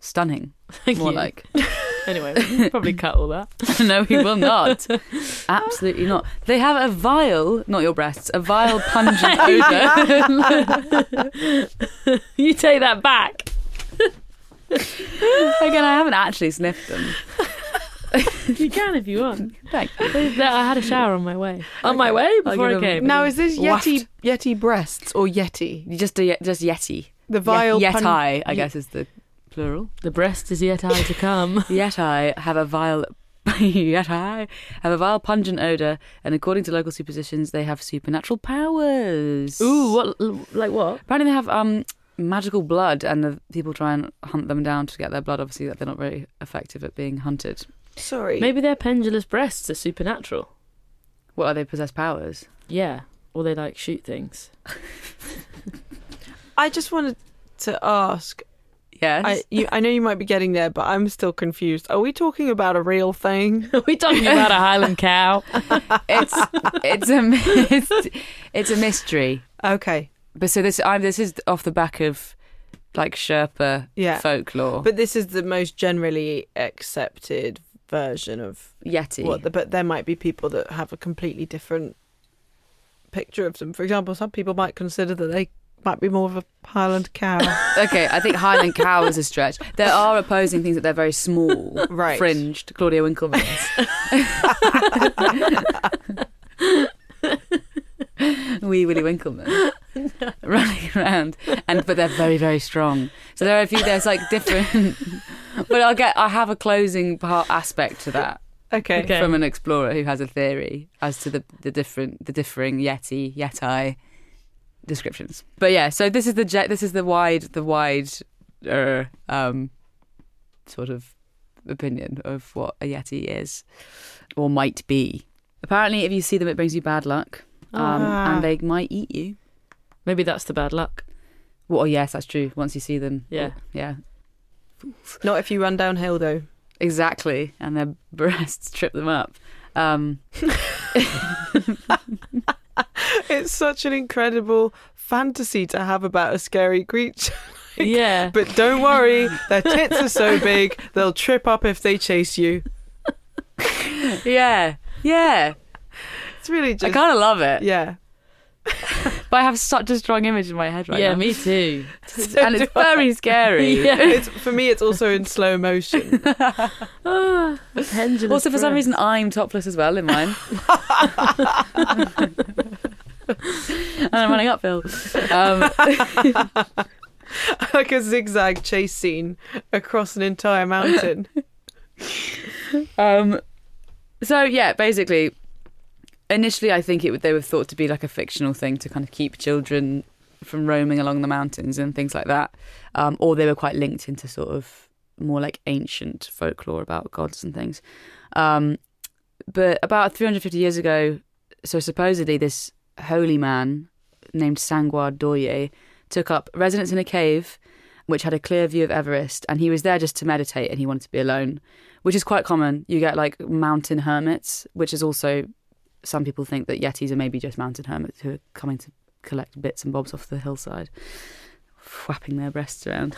S2: Stunning.
S3: Thank
S2: More
S3: you.
S2: like.
S3: Anyway, we can probably cut all that.
S2: no, he will not. Absolutely not. They have a vile, not your breasts, a vile pungent odor.
S3: You take that back.
S2: Again, I haven't actually sniffed them.
S3: You can if you want.
S2: Thank you.
S3: I had a shower on my way. On my
S2: Okay.
S3: way
S2: I'll
S3: before
S2: give
S3: I
S2: them-
S3: came.
S1: now, is this
S2: Waft.
S1: Yeti Yeti breasts or Yeti?
S2: Just a ye- just yeti.
S1: The vile
S2: yet,
S1: pun-
S2: I, I guess, is the plural.
S3: the breast is yet high to come.
S2: Yet I have a vile. yet I have a vile pungent odor, and according to local superstitions, they have supernatural powers.
S3: Ooh, what? Like what?
S2: Apparently, they have um magical blood, and the people try and hunt them down to get their blood. Obviously, that they're not very effective at being hunted.
S1: Sorry.
S3: Maybe their pendulous breasts are supernatural.
S2: What are they possess powers?
S3: Yeah. Or they like shoot things.
S1: I just wanted to ask.
S2: Yes.
S1: I you, I know you might be getting there, but I'm still confused. Are we talking about a real thing?
S3: Are we talking about a Highland cow?
S2: it's it's a my- it's, it's a mystery.
S1: Okay.
S2: But so this I'm this is off the back of like Sherpa
S1: Yeah.
S2: folklore.
S1: But this is the most generally accepted version of
S2: Yeti.
S1: what the, but there might be people that have a completely different picture of them. For example, some people might consider that they might be more of a Highland cow.
S2: okay, I think Highland cow is a stretch. There are opposing things that they're very small,
S1: Right.
S2: fringed. Claudia Winkleman's. Wee Willie Winkleman running around, and but they're very very strong. So there are a few. There's like different, but I'll get. I have a closing part aspect to that.
S1: okay.
S3: Okay.
S2: from an explorer who has a theory as to the, the different the differing yeti yeti descriptions. But yeah, so this is the jet. This is the wide the wide uh, um sort of opinion of what a yeti is or might be. Apparently, if you see them, it brings you bad luck, um,
S1: Ah.
S2: and they might eat you.
S3: Maybe that's the bad luck.
S2: Well, oh, yes, that's true. Once you see them,
S3: Yeah.
S2: yeah,
S1: Not if you run downhill though.
S2: exactly, and their breasts trip them up. Um,
S1: It's such an incredible fantasy to have about a scary creature.
S3: yeah.
S1: But don't worry, their tits are so big, they'll trip up if they chase you.
S2: yeah, yeah.
S1: It's really
S2: I
S1: just.
S2: kind of love it,
S1: yeah.
S2: but I have such a strong image in my head right
S3: yeah,
S2: now,
S3: me too.
S2: and it's very scary.
S3: yeah.
S1: It's, for me, it's also in slow motion.
S3: Ah, pendulum
S2: Also, for some
S3: thread.
S2: reason, I'm topless as well in mine. and I'm running uphill. Um,
S1: like a zigzag chase scene across an entire mountain.
S2: um, so, yeah, basically, initially, I think it would, they were thought to be like a fictional thing to kind of keep children from roaming along the mountains and things like that. Um, or they were quite linked into sort of more like ancient folklore about gods and things. Um, but about 350 years ago, so supposedly this holy man named Sangwar Dorje took up residence in a cave which had a clear view of Everest and he was there just to meditate and he wanted to be alone, which is quite common. You get like mountain hermits, which is also some people think that yetis are maybe just mountain hermits who are coming to collect bits and bobs off the hillside, whapping their breasts around.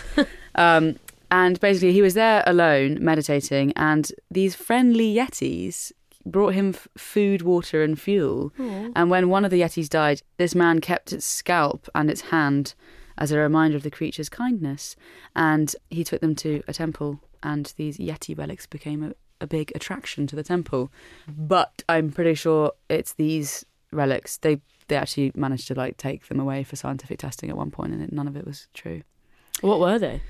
S2: um, and basically, he was there alone meditating, and these friendly yetis brought him f- food, water, and fuel. And when one of the yetis died, this man kept its scalp and its hand as a reminder of the creature's kindness, and he took them to a temple. And these yeti relics became a, a big attraction to the temple but I'm pretty sure it's these relics. They they actually managed to like take them away for scientific testing at one point, and it, none of it was true.
S3: What were they?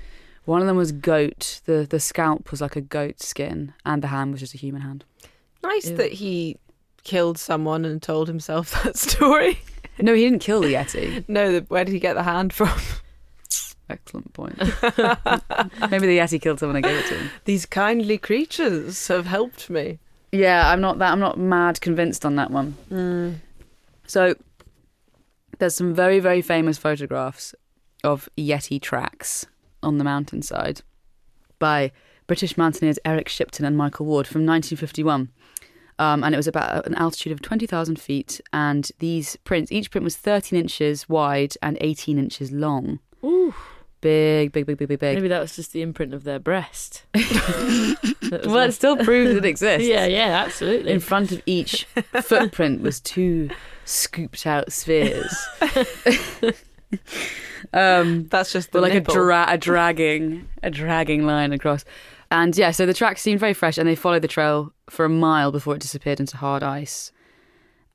S2: One of them was goat. the The scalp was like a goat skin, and the hand was just a human hand.
S1: Nice
S2: Ew.
S1: that he killed someone and told himself that story.
S2: No, he didn't kill the yeti.
S1: No, the, where did he get the hand from?
S2: Excellent point. Maybe the yeti killed someone and gave it to him.
S1: These kindly creatures have helped me.
S2: Yeah, I'm not that. I'm not mad convinced on that one.
S1: Hmm.
S2: So there's some very, very famous photographs of Yeti tracks on the mountainside by British mountaineers Eric Shipton and Michael Ward from 1951. Um, and it was about an altitude of 20,000 feet. And these prints, each print was 13 inches wide and 18 inches long.
S3: Ooh,
S2: Big, big, big, big, big, big.
S3: maybe that was just the imprint of their breast. That was
S2: Well, it still proves it exists.
S3: Yeah, yeah, absolutely.
S2: In front of each footprint was two scooped out spheres. um,
S1: That's just the
S2: but like
S1: nipple.
S2: a, dra- a dragging a dragging line across and yeah so the track seemed very fresh and they followed the trail for a mile before it disappeared into hard ice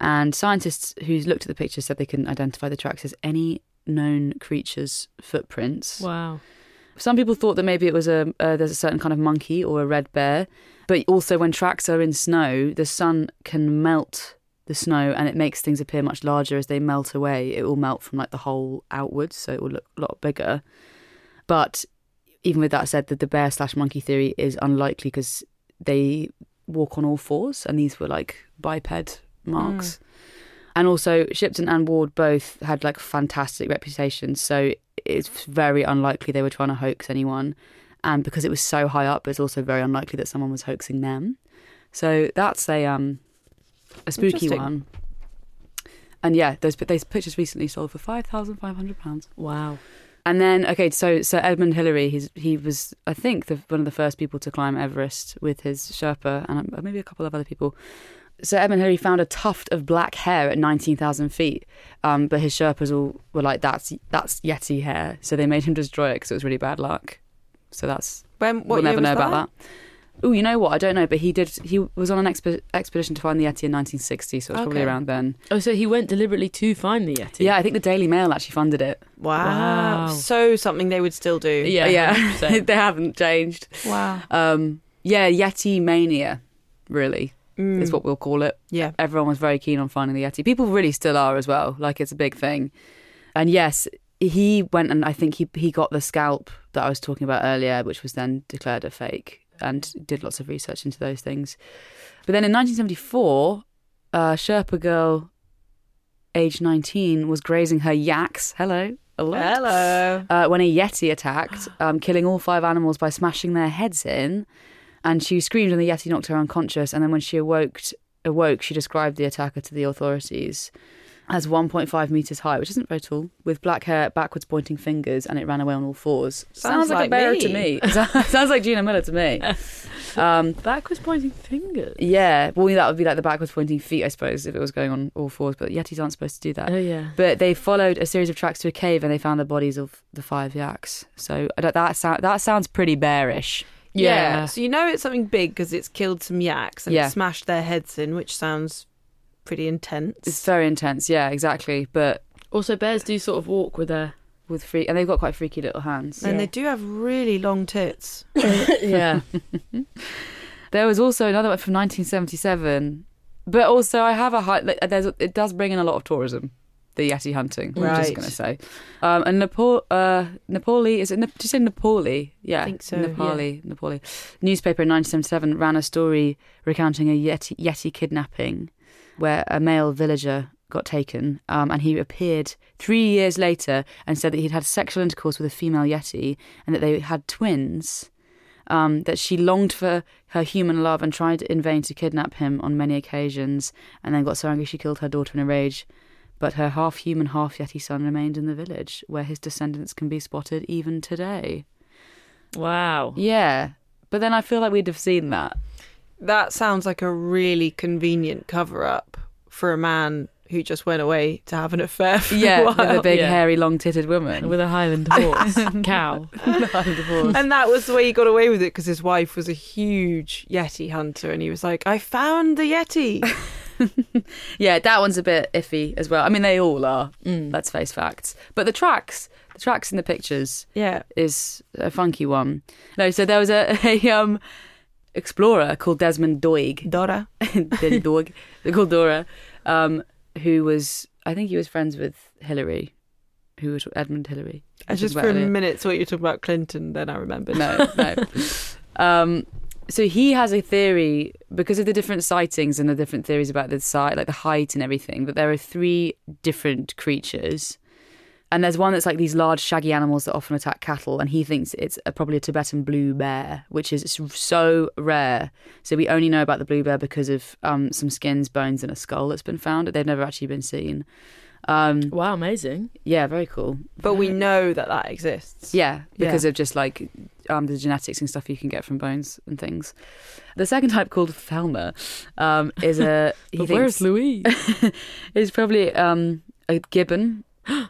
S2: and scientists who looked at the pictures said they couldn't identify the tracks as any known creatures footprints
S3: wow.
S2: some people thought that maybe it was a uh, there's a certain kind of monkey or a red bear, but also when tracks are in snow, the sun can melt the snow and it makes things appear much larger as they melt away. It will melt from like the hole outwards, so it will look a lot bigger. But even with that said, that the bear slash monkey theory is unlikely because they walk on all fours, and these were like biped marks. And also, Shipton and Ward both had like fantastic reputations, so it's very unlikely they were trying to hoax anyone. And um, because it was so high up, it's also very unlikely that someone was hoaxing them. So that's a um a spooky
S1: Interesting.
S2: one. And yeah, those those pictures recently sold for five thousand five hundred pounds.
S3: Wow.
S2: And then, okay, so Sir Edmund Hillary, he's, he was, I think, the, one of the first people to climb Everest with his Sherpa and um, maybe a couple of other people. Sir Edmund Hillary found a tuft of black hair at 19,000 feet, um, but his Sherpas all were like, that's, that's Yeti hair. So they made him destroy it because it was really bad luck. So that's
S1: When, what
S2: we'll
S1: year was
S2: never know about that. Oh, you know what? I don't know, but he did. He was on an exp- expedition to find the Yeti in 1960, so it was probably
S1: Okay.
S2: around then.
S3: Oh, so he went deliberately to find the Yeti.
S2: Yeah, I think the Daily Mail actually funded it.
S1: Wow.
S3: Wow.
S1: So something they would still do.
S3: Yeah.
S2: Yeah.
S3: 100%.
S2: they haven't changed.
S1: Wow.
S2: um, yeah, Yeti mania, really,
S1: Mm.
S2: is what we'll call it.
S1: Yeah.
S2: Everyone was very keen on finding the Yeti. People really still are as well. Like, it's a big thing. And yes, he went and I think he, he got the scalp that I was talking about earlier, which was then declared a fake and did lots of research into those things. But then in 1974, a Sherpa girl, aged 19, was grazing her yaks. Hello. Alert
S1: Hello.
S2: uh, when a yeti attacked, um, killing all five animals by smashing their heads in. And she screamed, and the yeti knocked her unconscious. And then when she awoke, awoke, she described the attacker to the authorities. as 1.5 meters high, which isn't very tall, with black hair, backwards pointing fingers, and it ran away on all fours.
S1: Sounds
S2: like,
S1: like
S2: a bear
S1: me.
S2: to me. Sounds like Gina Miller to me. Um,
S3: Backwards pointing fingers.
S2: yeah, well, that would be like the backwards pointing feet, I suppose, if it was going on all fours. But Yetis aren't supposed to do that.
S3: Oh yeah.
S2: But they followed a series of tracks to a cave, and they found the bodies of the five yaks. So I don't- that sound, that sounds pretty bearish.
S3: Yeah.
S1: So you know it's something big because it's killed some yaks and
S2: Yeah.
S1: it smashed their heads in, which sounds pretty intense.
S2: It's very intense. Yeah, exactly. But
S3: Also, bears do sort of walk with their
S2: with free, and they've got quite freaky little hands.
S1: and they do have really long tits.
S3: yeah.
S2: There was also another one from 1977, but also I have a high. like, There's it does bring in a lot of tourism, the yeti hunting. I'm just
S1: Right.
S2: going to say, um, and Nepal, uh, Nepali is it? Nep- Did you say Nepali? Yeah,
S1: think so,
S2: Nepali, Nepali. Newspaper in 1977 ran a story recounting a yeti yeti kidnapping, where a male villager got taken, um, and he appeared three years later and said that he'd had sexual intercourse with a female yeti and that they had twins um, that she longed for her human love and tried in vain to kidnap him on many occasions, and then got so angry she killed her daughter in a rage. But her half human, half Yeti son remained in the village, where his descendants can be spotted even today.
S3: Wow.
S2: Yeah, but then I feel like we'd have seen that.
S1: That sounds like a really convenient cover up for a man who just went away to have an affair for
S2: Yeah,
S1: a
S2: with a
S1: while.
S2: big,
S3: Yeah.
S2: hairy, long-titted woman.
S3: With a Highland horse, cow.
S1: and that was the way he got away with it because his wife was a huge yeti hunter and he was like, I found the yeti.
S2: yeah, that one's a bit iffy as well. I mean, they all are.
S3: Mm.
S2: Let's face facts. But the tracks, the tracks in the pictures,
S1: yeah.
S2: is a funky one. No, so there was a, a um explorer called Desmond Doig,
S1: Dora.
S2: Del Doig, called Dora, um, who was I think he was friends with Hillary, who was Edmund Hillary.
S1: I just
S2: Talked
S1: for
S2: about
S1: a
S2: earlier.
S1: minute thought you were talking about Clinton, then I remembered.
S2: No, no. um, so he has a theory because of the different sightings and the different theories about the site, like the height and everything. That there are three different creatures, and there's one that's like these large, shaggy animals that often attack cattle, and he thinks it's a, probably a Tibetan blue bear, which is so rare. So we only know about the blue bear because of um, some skins, bones, and a skull that's been found. They've never actually been seen. Um,
S3: Wow, amazing.
S2: yeah, very cool.
S1: But we know that that exists.
S2: Yeah,
S1: Yeah.
S2: because of just like um, the genetics and stuff you can get from bones and things. The second type called Thelma um, is a he
S3: But
S2: thinks
S3: where's Louise?
S2: is probably um, a gibbon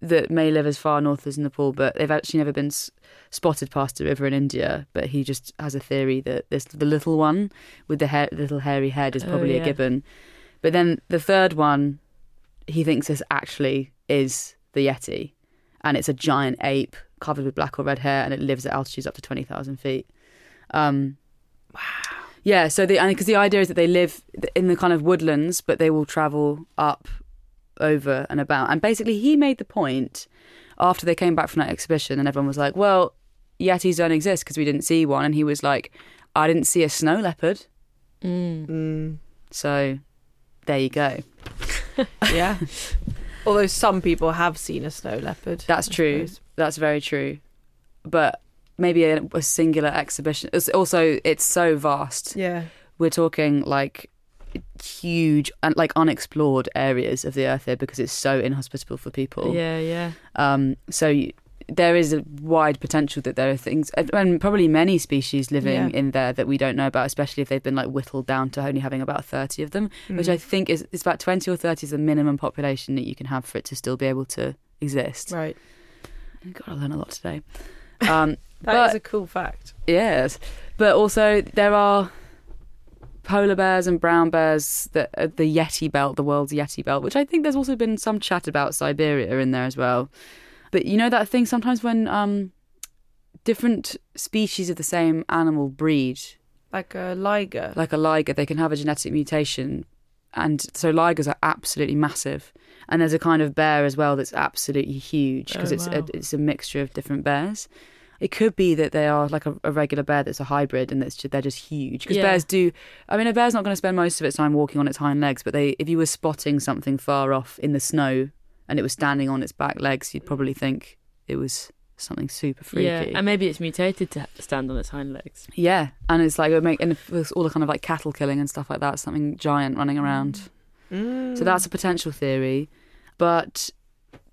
S2: that may live as far north as Nepal, but they've actually never been s- spotted past a river in India. But he just has a theory that this the little one with the hair, little hairy head is
S3: Oh,
S2: probably
S3: yeah.
S2: a gibbon. But then the third one, he thinks this actually is the yeti, and it's a giant ape covered with black or red hair, and it lives at altitudes up to twenty thousand feet. Um, wow. Yeah. So the because the idea is that they live in the kind of woodlands, but they will travel up, over and about. And basically, he made the point after they came back from that exhibition, and everyone was like, "Well, yetis don't exist because we didn't see one." And he was like, "I didn't see a snow leopard."
S3: Mm.
S1: Mm,
S2: So there you go.
S1: yeah. Although some people have seen a snow leopard.
S2: That's
S1: I
S2: true.
S1: suppose.
S2: That's very true. But maybe a, a singular exhibition. It's also, it's so vast.
S1: Yeah.
S2: We're talking like huge and like unexplored areas of the earth here because it's so inhospitable for people.
S3: Yeah, yeah.
S2: Um, so y- there is a wide potential that there are things, and- and probably many species living
S1: Yeah.
S2: in there that we don't know about, especially if they've been like whittled down to only having about 30 of them, which
S1: Mm.
S2: I think is it's about 20 or 30 is the minimum population that you can have for it to still be able to exist.
S1: Right.
S2: God, I learn a lot today. Um,
S1: That is
S2: But-
S1: a cool fact.
S2: yes, but also there are polar bears and brown bears that uh, the Yeti belt, the world's Yeti belt, which I think there's also been some chat about Siberia in there as well. But you know that thing sometimes when um, different species of the same animal breed,
S1: Like a liger.
S2: like a liger, they can have a genetic mutation. And so ligers are absolutely massive, and there's a kind of bear as well that's absolutely huge because
S3: Oh,
S2: it's
S3: wow.
S2: a, it's a mixture of different bears. It could be that they are like a, a regular bear that's a hybrid, and that's ju- they're just huge because
S3: Yeah.
S2: bears do. I mean, a bear's not going to spend most of its time walking on its hind legs, but they if you were spotting something far off in the snow and it was standing on its back legs, you'd probably think it was something super freaky.
S3: Yeah, and maybe it's mutated to stand on its hind legs.
S2: Yeah, and it's like it would make and it's all the kind of like cattle killing and stuff like that. Something giant running around. So that's a potential theory. But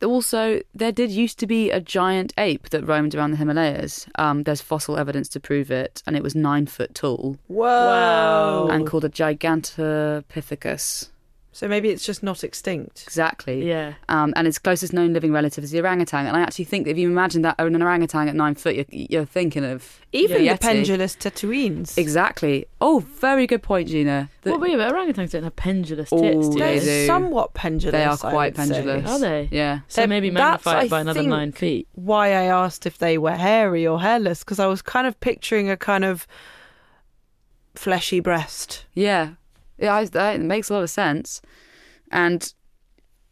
S2: also, there did used to be a giant ape that roamed around the Himalayas. Um, there's fossil evidence to prove it, and it was nine foot tall
S1: Whoa.
S2: and called a Gigantopithecus.
S1: So maybe it's just not extinct.
S2: Exactly.
S3: Yeah.
S2: Um, and its closest known living relative is the orangutan. And I actually think that if you imagine that an orangutan at nine foot, you're, you're thinking of
S1: Even
S2: the
S1: the pendulous Tatooines.
S2: Exactly. Oh, very good point, Gina. The-
S3: well, wait, but orangutans don't have pendulous
S2: Oh,
S3: tits, do
S2: yeah,
S1: They're
S3: they?
S2: they do.
S1: somewhat pendulous.
S2: they are
S1: I
S2: quite
S1: would say.
S2: pendulous.
S3: Are they?
S2: Yeah.
S3: So
S1: They're-
S3: maybe
S1: that's,
S3: magnify
S1: I
S3: it by another
S1: think-
S3: nine feet.
S1: Why I asked if they were hairy or hairless because I was kind of picturing a kind of fleshy breast.
S2: Yeah. Yeah, I, that it makes a lot of sense. And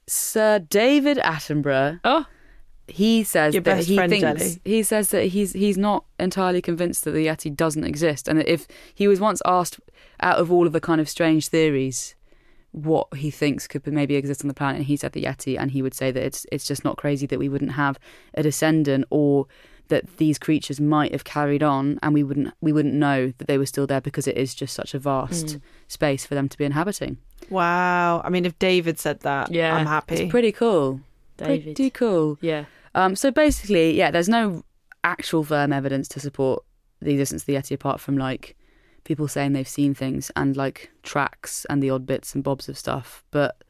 S2: Sir David Attenborough,
S3: Oh,
S2: he says
S1: Your
S2: that
S1: best
S2: he
S1: friend,
S2: thinks
S1: Jelly.
S2: he says that he's he's not entirely convinced that the Yeti doesn't exist, and that if he was once asked out of all of the kind of strange theories what he thinks could maybe exist on the planet, and he said the Yeti, and he would say that it's it's just not crazy that we wouldn't have a descendant or that these creatures might have carried on and we wouldn't we wouldn't know that they were still there because it is just such a vast
S1: Mm.
S2: space for them to be inhabiting.
S1: Wow. I mean, if David said that,
S3: Yeah.
S1: I'm happy.
S2: Pretty cool.
S3: David.
S2: Pretty cool.
S3: Yeah.
S2: Um, so basically, yeah, there's no actual firm evidence to support the existence of the Yeti apart from like people saying they've seen things and like tracks and the odd bits and bobs of stuff. But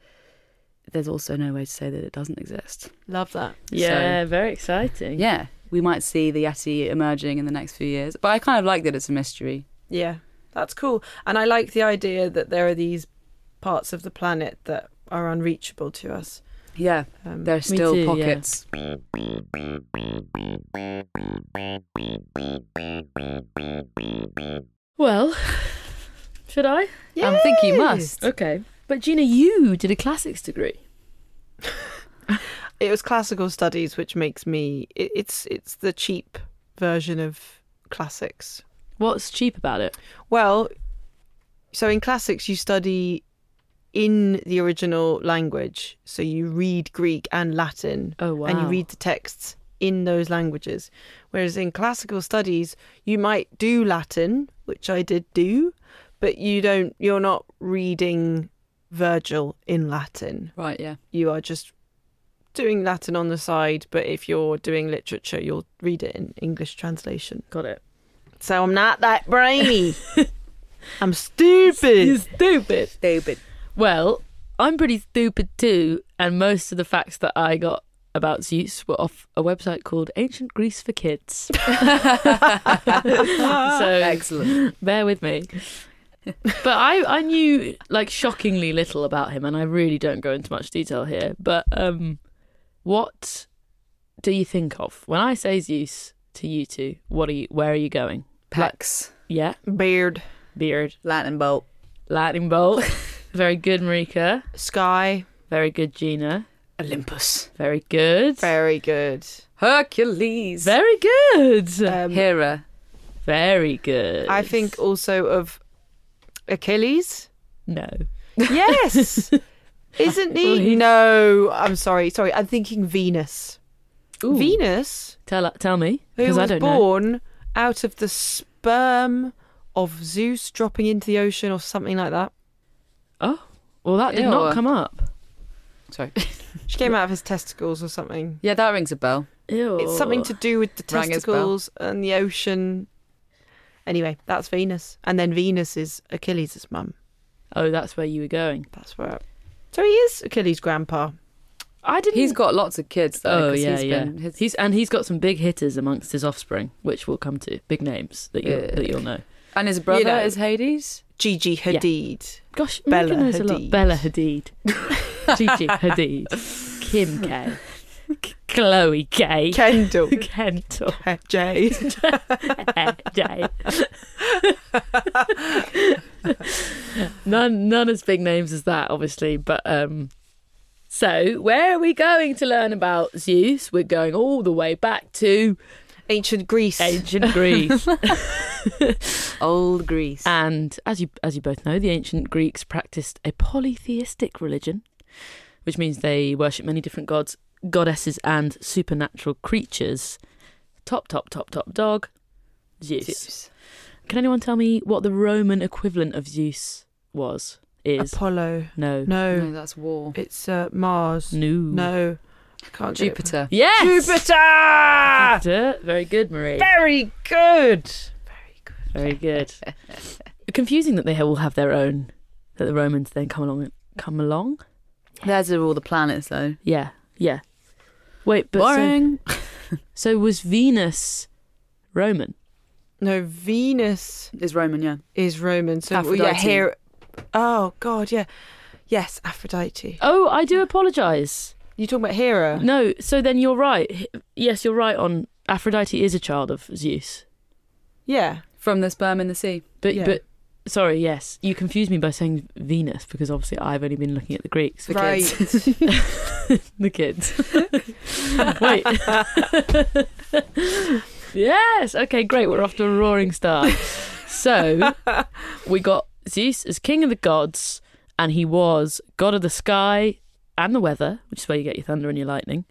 S2: there's also no way to say that it doesn't exist.
S1: Love that.
S3: Yeah, very exciting.
S2: Yeah, we might see the Yeti emerging in the next few years. But I kind of like that it's a mystery.
S1: Yeah, that's cool. And I like the idea that there are these parts of the planet that are unreachable to us.
S2: Yeah,
S1: Um,
S2: there are still
S3: too, yeah.
S2: pockets.
S3: Well, should I?
S2: Um, I think you must.
S3: Okay. But Gina, you did a classics degree.
S1: It was classical studies, which makes me. It, it's it's the cheap version of classics.
S3: What's cheap about it?
S1: Well, so in classics you study in the original language, so you read Greek and Latin,
S3: Oh wow.
S1: and you read the texts in those languages. Whereas in classical studies, you might do Latin, which I did do, but you don't you're not reading Virgil in Latin.
S2: Right, yeah.
S1: You are just doing Latin on the side, but if you're doing literature, you'll read it in English translation.
S3: Got it.
S1: So I'm not that brainy. I'm stupid.
S3: stupid.
S2: Stupid.
S3: Well, I'm pretty stupid too, and most of the facts that I got about Zeus were off a website called Ancient Greece for Kids. so
S2: Excellent.
S3: bear with me. but I, I knew like shockingly little about him, and I really don't go into much detail here. But um, what do you think of when I say Zeus to you two? What are you? Where are you going?
S2: Pecs.
S3: Yeah,
S1: Beard,
S3: beard,
S2: Lightning bolt.
S3: lightning bolt. Very good, Marika.
S1: sky,
S3: Very good, Gina.
S2: Olympus.
S3: Very good.
S1: very good.
S2: Hercules.
S3: Very good.
S1: Um,
S2: Hera.
S3: Very good.
S1: I think also of Achilles.
S3: no.
S1: Yes. Isn't he?
S3: Well, he's-
S1: No, I'm sorry. Sorry, I'm thinking Venus. Venus,
S3: Tell tell me
S1: who was
S3: because I don't know.
S1: born out of the sperm of Zeus dropping into the ocean or something like that.
S3: Oh, well that did
S2: Ew.
S3: not come up.
S2: Sorry.
S1: She came out of his testicles or something.
S2: Yeah, that rings a bell.
S3: Ew.
S1: It's something to do with the
S2: Rang his bell.
S1: testicles and the ocean. Anyway, that's Venus. And then Venus is Achilles' mum.
S3: Oh, that's where you were going.
S1: That's where. So he is Achilles' grandpa.
S3: I didn't.
S2: He's got lots of kids though.
S3: oh
S2: 'cause
S3: yeah,
S2: he's
S3: yeah.
S2: Been, his,
S3: He's and he's got some big hitters amongst his offspring, which we'll come to. Big names that you will
S2: Yeah.
S3: that you'll know.
S2: and his brother
S1: know.
S2: is Hades.
S1: Gigi Hadid.
S3: Gosh,
S1: Bella
S3: Bella knows a
S1: Hadid.
S3: lot. Bella Hadid, Gigi Hadid, Kim K, K- Chloe K,
S1: Kendall.
S3: Kendall
S1: Jay.
S3: J. none, none as big names as that, obviously. But um, so where are we going to learn about Zeus? We're going all the way back to
S1: Ancient Greece.
S3: ancient Greece.
S2: Old Greece.
S3: And as you as you both know, the ancient Greeks practiced a polytheistic religion, which means they worship many different gods, goddesses, and supernatural creatures. Top, top, top, top dog, Zeus.
S2: Zeus.
S3: Can anyone tell me what the Roman equivalent of Zeus was? is
S1: Apollo.
S3: no.
S1: No,
S2: No, that's war.
S1: it's uh, Mars.
S3: No.
S1: No, I can't. get it.
S2: Jupiter.
S3: Yes.
S1: Jupiter.
S3: Jupiter. Very good, Marie.
S1: Very good.
S3: Very good. Confusing that they all have their own. That the Romans then come along. Come along.
S2: Those are all the planets, though.
S3: Yeah. Yeah. Wait, but so- so was Venus Roman?
S1: No, Venus
S2: Is Roman, yeah.
S1: is Roman. So well, yeah,
S2: Aphrodite.
S1: here. Oh God, yeah, yes, Aphrodite.
S3: Oh, I do apologise.
S1: You talking about Hera?
S3: No, so then you're right. Yes, you're right on Aphrodite is a child of Zeus.
S1: Yeah,
S2: From the sperm in the sea.
S3: But
S1: Yeah.
S3: but sorry, yes. You confused me by saying Venus because obviously I've only been looking at the Greeks.
S2: The
S1: right.
S2: kids.
S3: The kids. Wait. yes. Okay, great. We're off to a roaring start. So we got Zeus as king of the gods, and he was god of the sky and the weather, which is where you get your thunder and your lightning,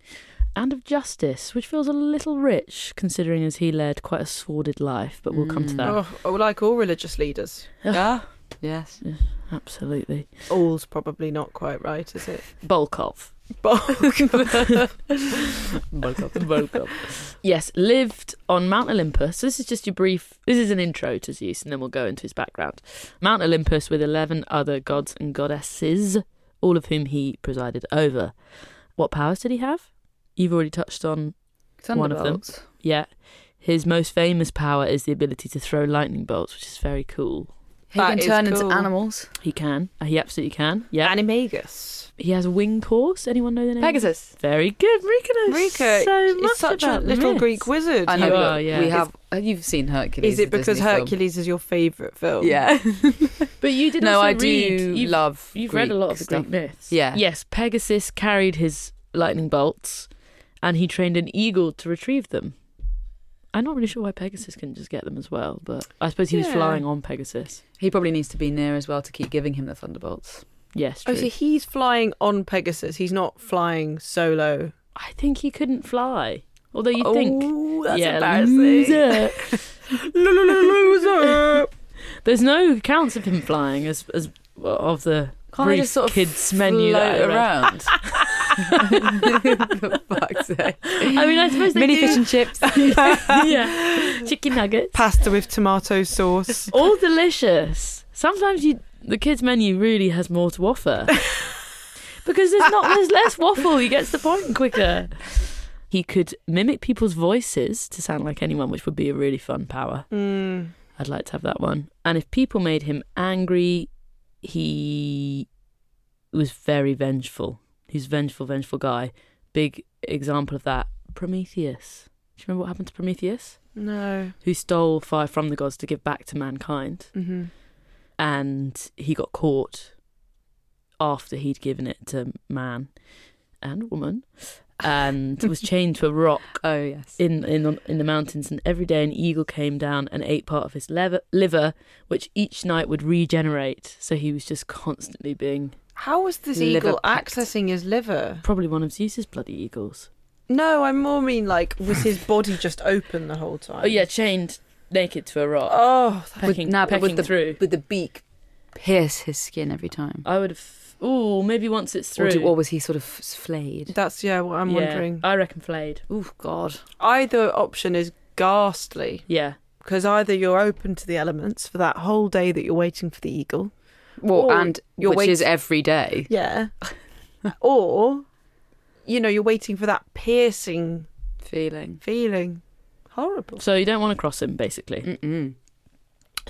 S3: and of justice, which feels a little rich considering as he led quite a sordid life, but we'll come to that.
S1: Oh, oh, like all religious leaders. yeah,
S2: Ah. Yes.
S3: Absolutely.
S1: all's probably not quite right, is it?
S3: Bolkov.
S1: But
S3: Yes, lived on Mount Olympus. This is just your brief. This is an intro to Zeus, and then we'll go into his background. Mount Olympus with eleven other gods and goddesses, all of whom he presided over. What powers did he have? You've already touched on. One of them.
S2: Thunderbolts.
S3: Yeah, his most famous power is the ability to throw lightning bolts, which is very cool.
S2: He
S1: That
S2: can
S1: is
S2: turn
S1: cool.
S2: into animals.
S3: He can. Uh, He absolutely can. Yeah.
S1: Animagus.
S3: he has a winged horse. Anyone know the name?
S2: Pegasus.
S3: Very good, Rika. knows
S1: Rika
S3: so much
S1: is such a
S3: about
S1: little
S3: myths.
S1: Greek wizard.
S2: I know.
S3: You
S2: but
S3: are, yeah.
S2: We
S3: Is-
S2: have. You've seen Hercules.
S1: Is it
S2: the
S1: because
S2: Disney film.
S1: Hercules is your favourite film?
S2: Yeah.
S3: But you did.
S2: no,
S3: also
S2: I
S3: read-
S2: do
S3: you've-
S2: love.
S3: You've read a lot of the
S2: stuff.
S3: Greek myths.
S2: Yeah.
S3: Yes, Pegasus carried his lightning bolts and he trained an eagle to retrieve them. I'm not really sure why Pegasus couldn't just get them as well, but I suppose he was
S1: Yeah.
S3: flying on Pegasus.
S2: He probably needs to be near as well to keep giving him the thunderbolts.
S3: Yes,
S1: Oh,
S3: true.
S1: so he's flying on Pegasus. He's not flying solo.
S3: I think he couldn't fly. Although you think.
S1: Oh, that's
S3: yeah,
S1: embarrassing.
S3: loser.
S1: Loser.
S3: There's no accounts of him flying as as well, of the
S2: Can't I
S3: brief
S2: just sort of
S3: kids menu that I
S2: Float
S3: read.
S2: around. For fuck's sake.
S3: I mean, I suppose they
S2: Mini
S3: do.
S2: fish and chips.
S3: yeah, chicken nuggets.
S1: Pasta with tomato sauce.
S3: all delicious. Sometimes you, the kids' menu really has more to offer because there's not there's less waffle. He gets the point quicker. He could mimic people's voices to sound like anyone, which would be a really fun power.
S1: Mm.
S3: I'd like to have that one. And if people made him angry, he was very vengeful. He's a vengeful, vengeful guy. Big example of that. Prometheus. Do you remember what happened to Prometheus?
S1: No.
S3: Who stole fire from the gods to give back to mankind
S1: Mm-hmm.
S3: and he got caught after he'd given it to man and woman and was chained to a rock
S2: Oh yes.
S3: in in in the mountains and every day an eagle came down and ate part of his lever, liver which each night would regenerate so he was just constantly being
S1: How was this
S2: Liver
S1: eagle
S2: packed.
S1: accessing his liver?
S3: probably one of Zeus's bloody eagles
S1: No, I more mean like was his body just open the whole time?
S3: oh yeah chained naked to a rock
S1: Oh,
S3: pecking,
S2: now,
S3: pecking
S2: with the
S3: through
S2: with the beak pierce his skin every time.
S3: I would have ooh maybe once it's
S2: Or,
S3: through
S2: do, or was he sort of s- flayed?
S1: that's yeah. What I'm
S3: Yeah,
S1: wondering.
S3: I reckon flayed
S2: Oh God.
S1: Either option is ghastly
S3: yeah
S1: because either you're open to the elements for that whole day that you're waiting for the eagle.
S2: Well,
S1: Or
S2: and
S1: you're
S2: which
S1: wait-
S2: is every day.
S1: Yeah. or, you know, you're waiting for that piercing
S2: Feeling.
S1: feeling. Horrible.
S3: so you don't want to cross him basically
S2: Mm-mm.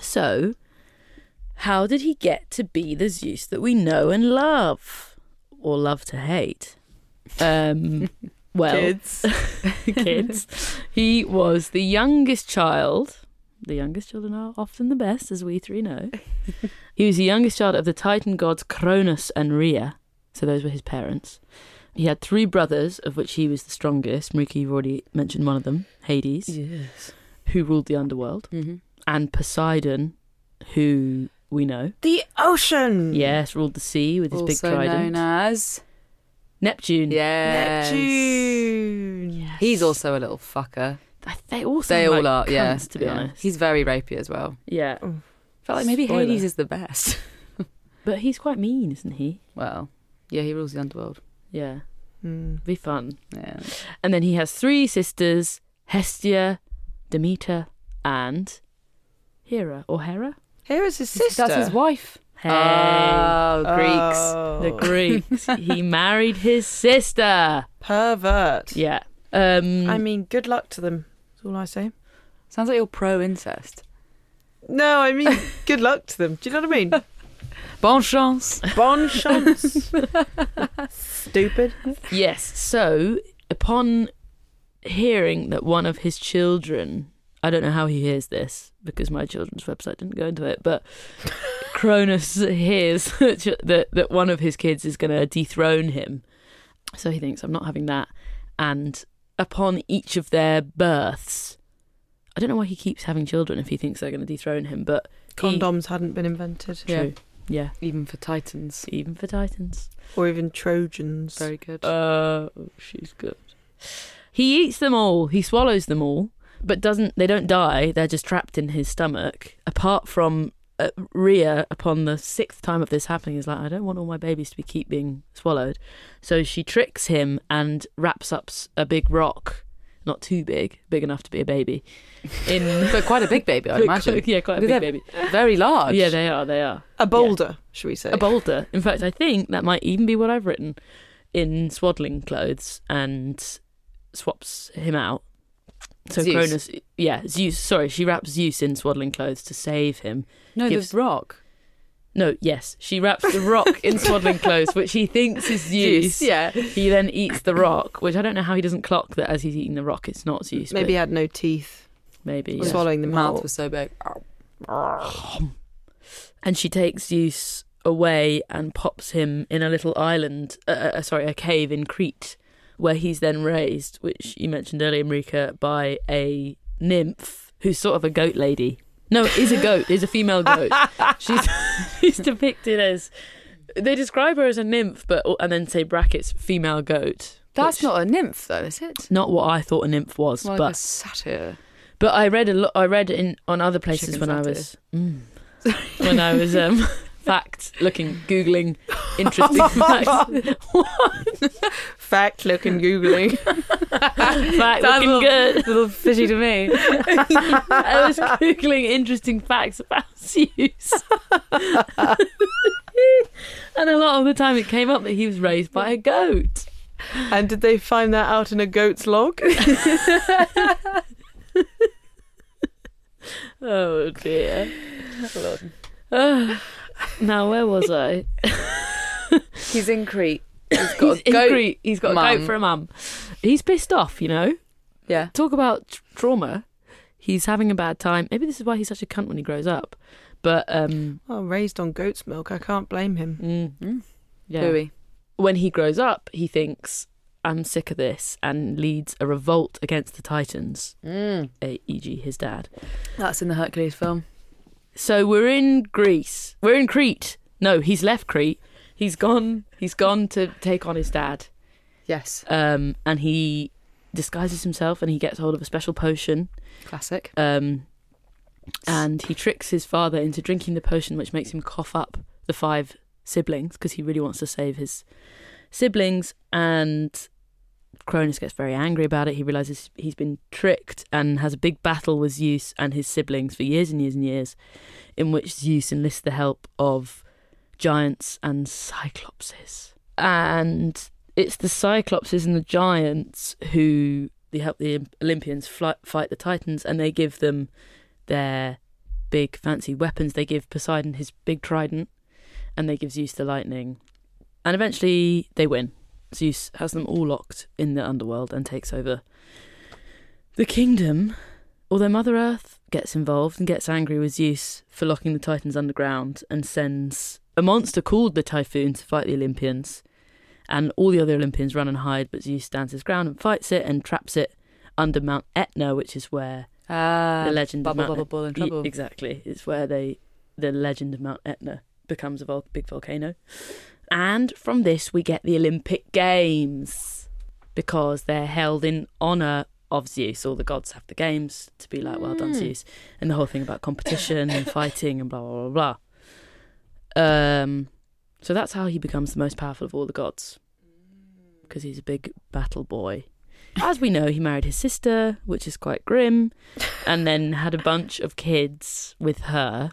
S3: So, how did he get to be the Zeus that we know and love, or love to hate? Um, well,
S1: Kids.
S3: kids. He was the youngest child. The youngest children are often the best, as we three know. he was the youngest child of the Titan gods Cronus and Rhea. So those were his parents. He had three brothers, of which he was the strongest. Marika, you've already mentioned one of them, Hades,
S2: Yes.
S3: who ruled the underworld
S2: Mm-hmm.
S3: and Poseidon, who we know,
S1: The ocean.
S3: yes, ruled the sea with his big
S2: Hmm. Also
S3: trident.
S2: known as
S3: Neptune.
S2: yes.
S1: Neptune.
S2: He's also a little fucker.
S3: I- They all sound
S2: They all
S3: like
S2: are.
S3: cunts,
S2: yeah.
S3: to be
S2: yeah.
S3: honest.
S2: He's very rapey as well.
S3: yeah.
S2: Felt like maybe
S3: Spoiler.
S2: Hades is the best.
S3: But he's quite mean, isn't he?
S2: Well, yeah, he rules the underworld.
S3: Yeah.
S1: Mm.
S3: Be fun.
S2: Yeah.
S3: And then he has three sisters Hestia, Demeter, and Hera. Or Hera?
S1: Here is his sister.
S2: That's his wife.
S3: Hey.
S2: Oh, Greeks.
S3: the Greeks. he married his sister.
S1: Pervert.
S3: Yeah. Um,
S1: I mean, good luck to them. That's all I say.
S2: Sounds like you're pro incest.
S1: No, I mean, good luck to them. Do you know what I mean?
S2: Bon chance.
S1: Bon chance. Stupid.
S3: Yes. So, upon hearing that one of his children, I don't know how he hears this because my children's website didn't go into it, but Cronus hears that, that one of his kids is going to dethrone him. So he thinks, I'm not having that. And upon each of their births, I don't know why he keeps having children if he thinks they're going to dethrone him, but he-
S1: Condoms hadn't been invented,
S3: True. Yeah.
S2: Even for Titans.
S3: Even for Titans.
S1: or even Trojans.
S2: Very good.
S3: Oh, she's good. He eats them all. He swallows them all, but doesn't. They don't die. They're just trapped in his stomach. Apart from uh, Rhea, upon the sixth time of this happening, is like, I don't want all my babies to be keep being swallowed. So she tricks him and wraps up s- a big rock, not too big, big enough to be a baby. In
S2: but quite a big baby, I imagine.
S3: yeah, quite a
S2: They're
S3: big baby.
S2: Very large.
S3: Yeah, they are. They are
S1: A boulder, shall we say?
S3: a boulder. In fact, I think that might even be what I've written in swaddling clothes and swaps him out. So
S2: Zeus.
S3: Cronus, yeah, Zeus. Sorry, she wraps Zeus in swaddling clothes to save him.
S2: no,
S3: gives-
S2: the rock.
S3: No, yes, she wraps the rock in swaddling clothes, which he thinks is Zeus.
S2: Yeah.
S3: He then eats the rock, which I don't know how he doesn't clock that as he's eating the rock, it's not Zeus.
S1: Maybe had no teeth,
S3: but maybe. yeah.
S1: swallowing
S2: The
S1: them
S2: mouth
S1: out.
S2: was so big.
S3: and she takes Zeus away and pops him in a little island, uh, uh, sorry, a cave in Crete, where he's then raised, which you mentioned earlier, Marika, by a nymph who's sort of a goat lady. No, is a goat, is a female goat. She's she's depicted as they describe her as a nymph, but and then say brackets female goat.
S2: That's
S3: which-
S2: not a nymph, though, is it?
S3: not what I thought a nymph was,
S2: More like a
S3: but
S2: satyr.
S3: but I read a lot. I read in on other places
S2: Chicken
S3: when I
S2: satay.
S3: was mm, when I was um, fact looking, googling interesting facts.
S1: Fact looking, googling.
S3: fact looking good.
S2: little fishy to me.
S3: I was googling interesting facts about Zeus, and a lot of the time it came up that he was raised by a goat.
S1: and did they find that out in a goat's log?
S3: Oh dear. Ah, now where was I?
S2: He's in Crete. He's got
S3: He's
S2: a
S3: in
S2: goat.
S3: Crete. He's got a goat
S2: mum.
S3: for a mum. He's pissed off, you know.
S2: Yeah.
S3: talk about tr- trauma. He's having a bad time. Maybe this is why he's such a cunt when he grows up. But um,
S1: oh, raised on goat's milk. I can't blame him.
S3: mm,
S2: Mm.
S3: yeah,
S2: Louis.
S3: when he grows up, he thinks I'm sick of this and leads a revolt against the Titans, eh, e.g., his dad.
S2: That's in the Hercules film.
S3: So we're in Greece. We're in Crete. No, he's left Crete. He's gone. He's gone to take on his dad.
S2: Yes.
S3: Um, and he disguises himself and he gets hold of a special potion
S2: Classic.
S3: um, and he tricks his father into drinking the potion, which makes him cough up the five siblings because he really wants to save his siblings. And Cronus gets very angry about it. He realizes he's been tricked and has a big battle with Zeus and his siblings for years and years and years, in which Zeus enlists the help of giants and cyclopses. And it's the cyclopses and the giants who they help the Olympians fly, fight the Titans, and they give them their big fancy weapons. They give Poseidon his big trident, and they give Zeus the lightning, and eventually they win. Zeus has them all locked in the underworld and takes over the kingdom. Although Mother Earth gets involved and gets angry with Zeus for locking the Titans underground and sends a monster called the Typhoon to fight the Olympians. And all the other Olympians run and hide, but Zeus stands his ground and fights it and traps it under Mount Etna, which is where
S2: Uh,
S3: the legend
S2: bubble,
S3: of E- Mount
S2: bubble, ball in
S3: Ye-
S2: trouble.
S3: exactly. It's where they the legend of Mount Etna becomes a vol- big volcano. And from this we get the Olympic Games because they're held in honor of Zeus. All the gods have the games to be like, well done,
S2: Hmm.
S3: Zeus. And the whole thing about competition and fighting and blah blah blah blah. Um So that's how he becomes the most powerful of all the gods. Because he's a big battle boy. As we know, he married his sister, which is quite grim, and then had a bunch of kids with her.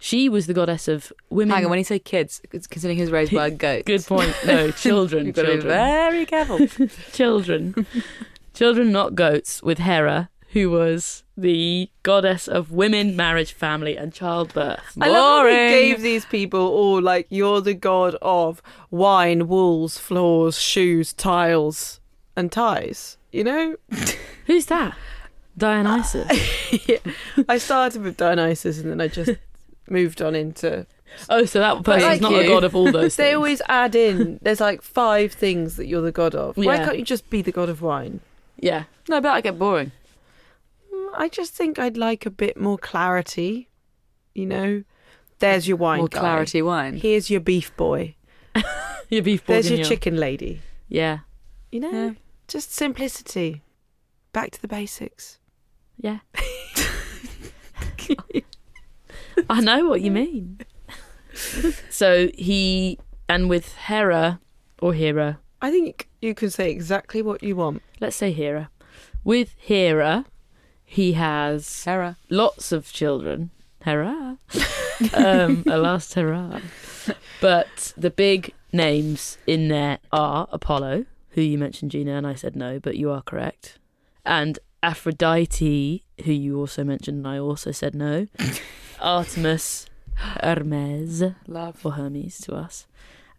S3: She was the goddess of women.
S2: Hang on, when you say kids, it's considering his raised by a goat.
S3: Good point. No, children.
S2: You've got to be
S3: children
S2: very careful.
S3: children. children, not goats, with Hera, who was the goddess of women, marriage, family, and childbirth.
S1: I love how he
S2: Boring.
S1: gave these people all like you're the god of wine, wools, floors, shoes, tiles, and ties. You know,
S3: Who's that? Dionysus.
S1: I started with Dionysus and then I just moved on into.
S3: oh, so that person's
S1: like
S3: not
S1: you.
S3: the god of all those
S1: They
S3: things.
S1: always add in. There's like five things that you're the god of. Why
S3: Yeah.
S1: can't you just be the god of wine?
S3: Yeah.
S2: no, I bet I get boring.
S1: Mm, I just think I'd like a bit more clarity. You know, there's your wine
S2: More
S1: guy.
S2: clarity wine.
S1: Here's your beef boy.
S3: Your beef
S1: There's your
S3: bourguignon.
S1: chicken lady.
S3: Yeah.
S1: You know,
S2: Yeah.
S1: just simplicity. Back to the basics.
S3: Yeah. I know what you mean. so he, and with Hera, or Hera,
S1: I think you can say exactly what you want.
S3: let's say Hera. With Hera, he has
S2: Hera.
S3: lots of children. Hurrah! um, a last hurrah. But the big names in there are Apollo, who you mentioned, Gina, and I said no, but you are correct. And Aphrodite, who you also mentioned, and I also said no. Artemis, Hermes,
S2: Love.
S3: or Hermes to us,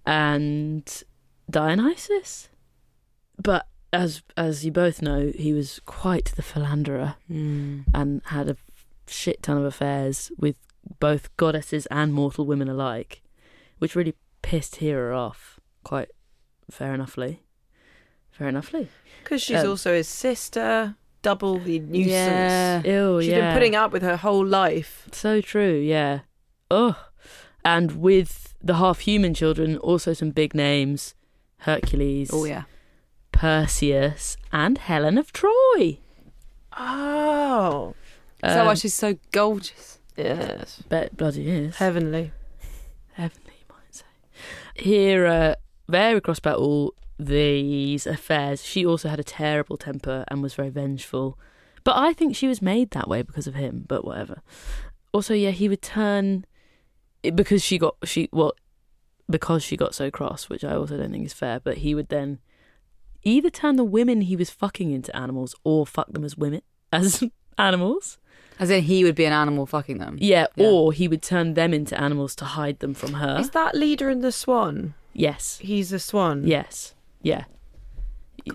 S3: and Dionysus. But as as you both know, he was quite the philanderer and had a shit ton of affairs with both goddesses and mortal women alike, which really pissed Hera off. Quite fair enoughly. Fair enoughly.
S1: Because she's
S3: Um,
S1: also his sister, double the nuisance.
S2: Yeah.
S3: Ew,
S1: She's
S3: yeah.
S1: been putting up with her whole life.
S3: So true, yeah. Ugh. And with the half human children, also some big names Hercules,
S2: Oh, yeah.
S3: Perseus, and Helen of Troy.
S1: Oh.
S2: Is that why
S3: Um,
S2: she's so gorgeous?
S1: Yes.
S3: bet bloody is.
S1: Heavenly.
S3: heavenly, you might say. Here, uh, there across about all these affairs, she also had a terrible temper and was very vengeful. But I think she was made that way because of him. But whatever. Also, yeah, he would turn because she got she well because she got so cross, which I also don't think is fair. But he would then either turn the women he was fucking into animals or fuck them as women as animals.
S2: As in, he would be an animal fucking them.
S3: Yeah,
S2: Yeah.
S3: or he would turn them into animals to hide them from her.
S1: Is that leader in the swan?
S3: yes.
S1: He's a swan.
S3: Yes. Yeah. It's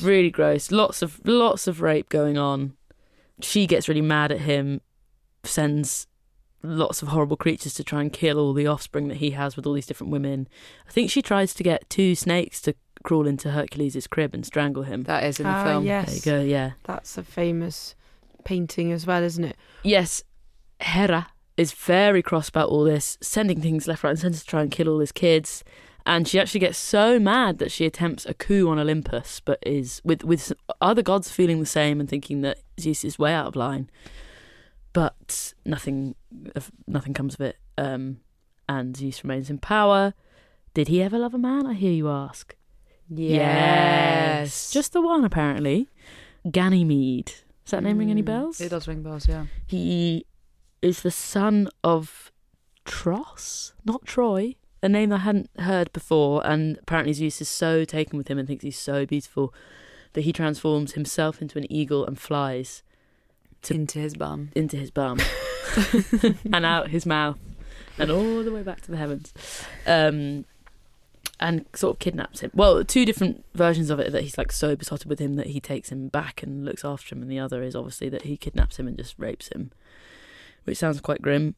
S1: Gross.
S3: really gross. Lots of lots of rape going on. She gets really mad at him, sends lots of horrible creatures to try and kill all the offspring that he has with all these different women. I think she tries to get two snakes to crawl into Hercules' crib and strangle him.
S2: That is in the
S1: Ah,
S2: film.
S1: yes.
S3: There you go, yeah.
S1: That's a famous painting as well, isn't it?
S3: Yes, Hera is very cross about all this, sending things left, right, and centre to try and kill all his kids. And she actually gets so mad that she attempts a coup on Olympus, but is with with other gods feeling the same and thinking that Zeus is way out of line. But nothing, of- nothing comes of it. Um, and Zeus remains in power. Did he ever love a man? I hear you ask.
S2: Yes.
S3: just the one apparently. Ganymede. Is that name ring any
S2: Mm.
S3: bells?
S2: It does ring bells, yeah.
S3: He is the son of Tros, not Troy, a name I hadn't heard before. And apparently, Zeus is so taken with him and thinks he's so beautiful that he transforms himself into an eagle and flies To-
S2: Into his bum.
S3: into his bum and out his mouth and all the way back to the heavens. Um, and sort of kidnaps him. Well, two different versions of it that he's like so besotted with him that he takes him back and looks after him, and the other is obviously that he kidnaps him and just rapes him, which sounds quite grim.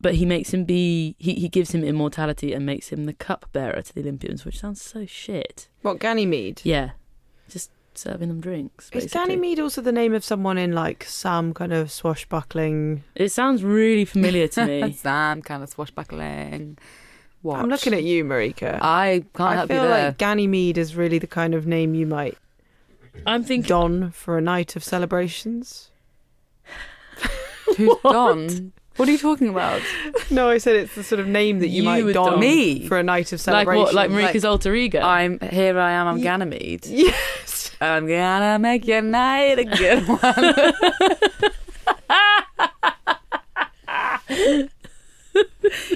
S3: But he makes him be, he, he gives him immortality and makes him the cupbearer to the Olympians, which sounds so shit.
S1: What, Ganymede?
S3: Yeah. Just serving them drinks.
S1: Is
S3: basically.
S1: Ganymede also the name of someone in like some kind of swashbuckling?
S3: It sounds really familiar to me.
S2: Sam kind of swashbuckling. What?
S1: I'm looking at you, Marika.
S2: I can't
S1: I
S2: help you
S1: feel
S2: there.
S1: like Ganymede is really the kind of name you might
S3: I'm thinking.
S1: don for a night of celebrations.
S2: Who's
S3: What?
S2: Don? What are you talking about?
S1: No, I said it's the sort of name that you,
S3: You
S1: might
S3: would
S1: don
S3: don.
S2: Me?
S1: for a night of
S3: Like
S1: celebration.
S3: what? Like Marika's alter ego.
S2: I'm here. I am. I'm Ganymede.
S1: Yes.
S2: I'm gonna make your night a good one.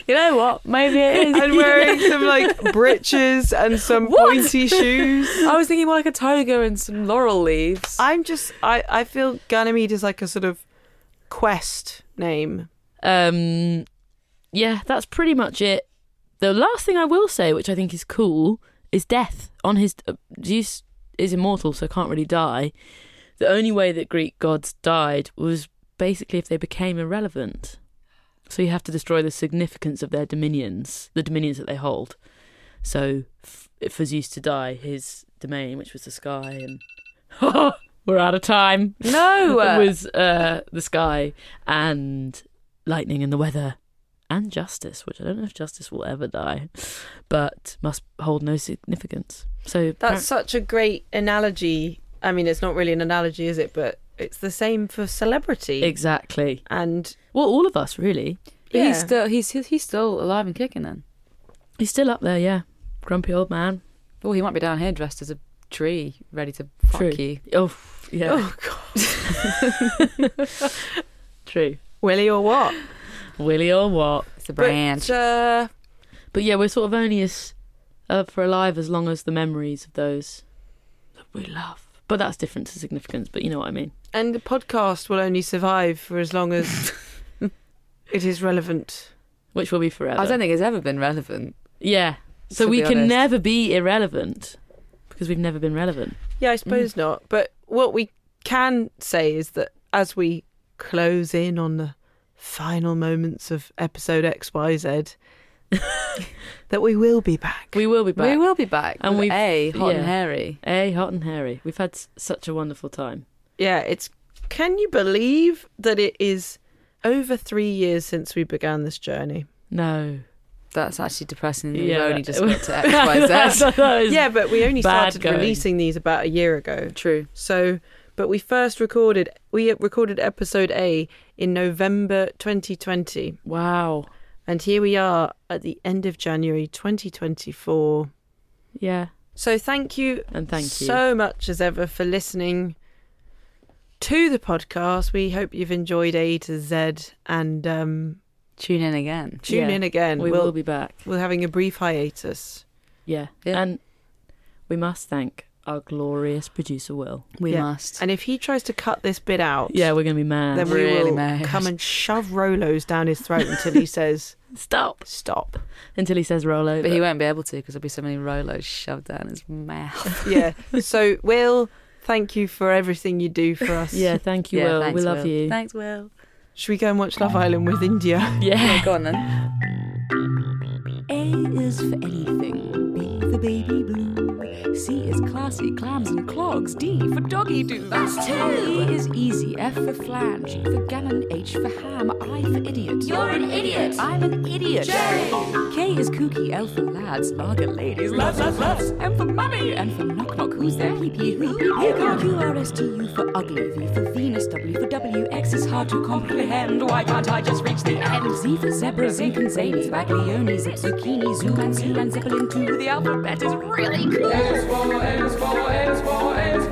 S2: you know what? Maybe it is.
S1: and wearing some like breeches and some pointy shoes.
S2: I was thinking more like a toga and some laurel leaves.
S1: I'm just I, I feel Ganymede is like a sort of quest name.
S3: Um, yeah, that's pretty much it. The last thing I will say, which I think is cool, is death. On his uh, Zeus is immortal, so can't really die. The only way that Greek gods died was basically if they became irrelevant. So you have to destroy the significance of their dominions, the dominions that they hold. So f- for Zeus to die, his domain, which was the sky, and we're out of time
S2: no,
S3: it was uh, the sky and lightning and the weather and justice, which I don't know if justice will ever die, but must hold no significance. So
S1: That's such a great analogy. I mean, it's not really an analogy, is it? But it's the same for celebrity.
S3: exactly.
S1: and
S3: Well, all of us really.
S1: yeah.
S2: he's still he's he's still alive and kicking. Then,
S3: He's still up there, yeah. Grumpy old man.
S2: oh, he might be down here dressed as a tree, ready to fuck
S3: True.
S2: you.
S3: Oh, yeah.
S1: oh god,
S3: True.
S1: Willie or what?
S3: Willy or what?
S2: It's a branch.
S1: But, uh,
S3: But yeah, we're sort of only as uh, for alive as long as the memories of those that we love. But that's different to significance. But you know what I mean.
S1: and the podcast will only survive for as long as it is relevant.
S3: Which will be forever.
S2: I don't think it's ever been relevant.
S3: Yeah. So
S2: to
S3: we
S2: be
S3: can
S2: honest.
S3: never be irrelevant because we've never been relevant.
S1: Yeah, I
S3: Mm.
S1: suppose not. But what we can say is that as we close in on the final moments of episode X Y Z, that we will be back.
S3: We will be back.
S2: We will be back.
S3: And
S2: And we
S3: we've-
S2: a hot and
S3: yeah.
S2: hairy.
S3: Hey, hot and hairy. We've had s- such a wonderful time.
S1: Yeah, it's. Can you believe that it is over three years since we began this journey?
S3: No.
S2: That's actually depressing. that
S3: Yeah,
S2: We've only
S3: that-
S2: just got to X Y Z.
S3: That is-
S1: Yeah, but we only
S3: bad
S1: started
S3: going.
S1: releasing these about a year ago.
S2: True.
S1: So, but we first recorded we recorded episode A in November 2020,
S3: Wow.
S1: and here we are at the end of January 2024.
S3: Yeah.
S1: So, thank you
S3: And thank you.
S1: so much as ever for listening to the podcast. We hope you've enjoyed A to Z and um,
S2: Tune in again.
S1: tune
S3: Yeah,
S1: in again.
S3: we
S1: We'll-
S3: will be back.
S1: We're having a brief hiatus.
S3: Yeah.
S2: Yeah.
S3: And we must thank our glorious producer, Will.
S2: We
S1: Yeah.
S2: must.
S1: And if he tries to cut this bit out,
S3: Yeah, we're going to be mad.
S1: then we
S2: Really
S1: will
S2: mad.
S1: come and shove Rolos down his throat until he says
S3: Stop.
S1: stop.
S3: Until he says roll over.
S2: But he won't be able to because there'll be so many Rolos shoved down his mouth.
S1: Yeah. So, Will, thank you for everything you do for us.
S3: Yeah, thank you,
S2: Yeah,
S3: Will.
S2: thanks,
S3: we love
S2: Will.
S3: you.
S2: Thanks, Will.
S1: Should we go and watch Love Island with India?
S3: yeah.
S2: Go on then.
S4: A is for anything, B for baby blue, C is classy, clams and clogs, D for doggy do. That's two. E is easy, F for flange, for gannon, H for ham, I for idiot. You're an idiot. I'm an idiot. J. K is kooky, L for lads, R for ladies, loves, loves, loves, M for mummy, and for knock knock, who's there? Pee pee who? Here go Q R S T U for ugly, V for Venus, W for W, X is hard to comprehend. Why can't I just reach the end? Z for zebra, zinc and zany, Baglioni, zip zucchini, zoo and zoo and zeppelin too. The alphabet is really cool.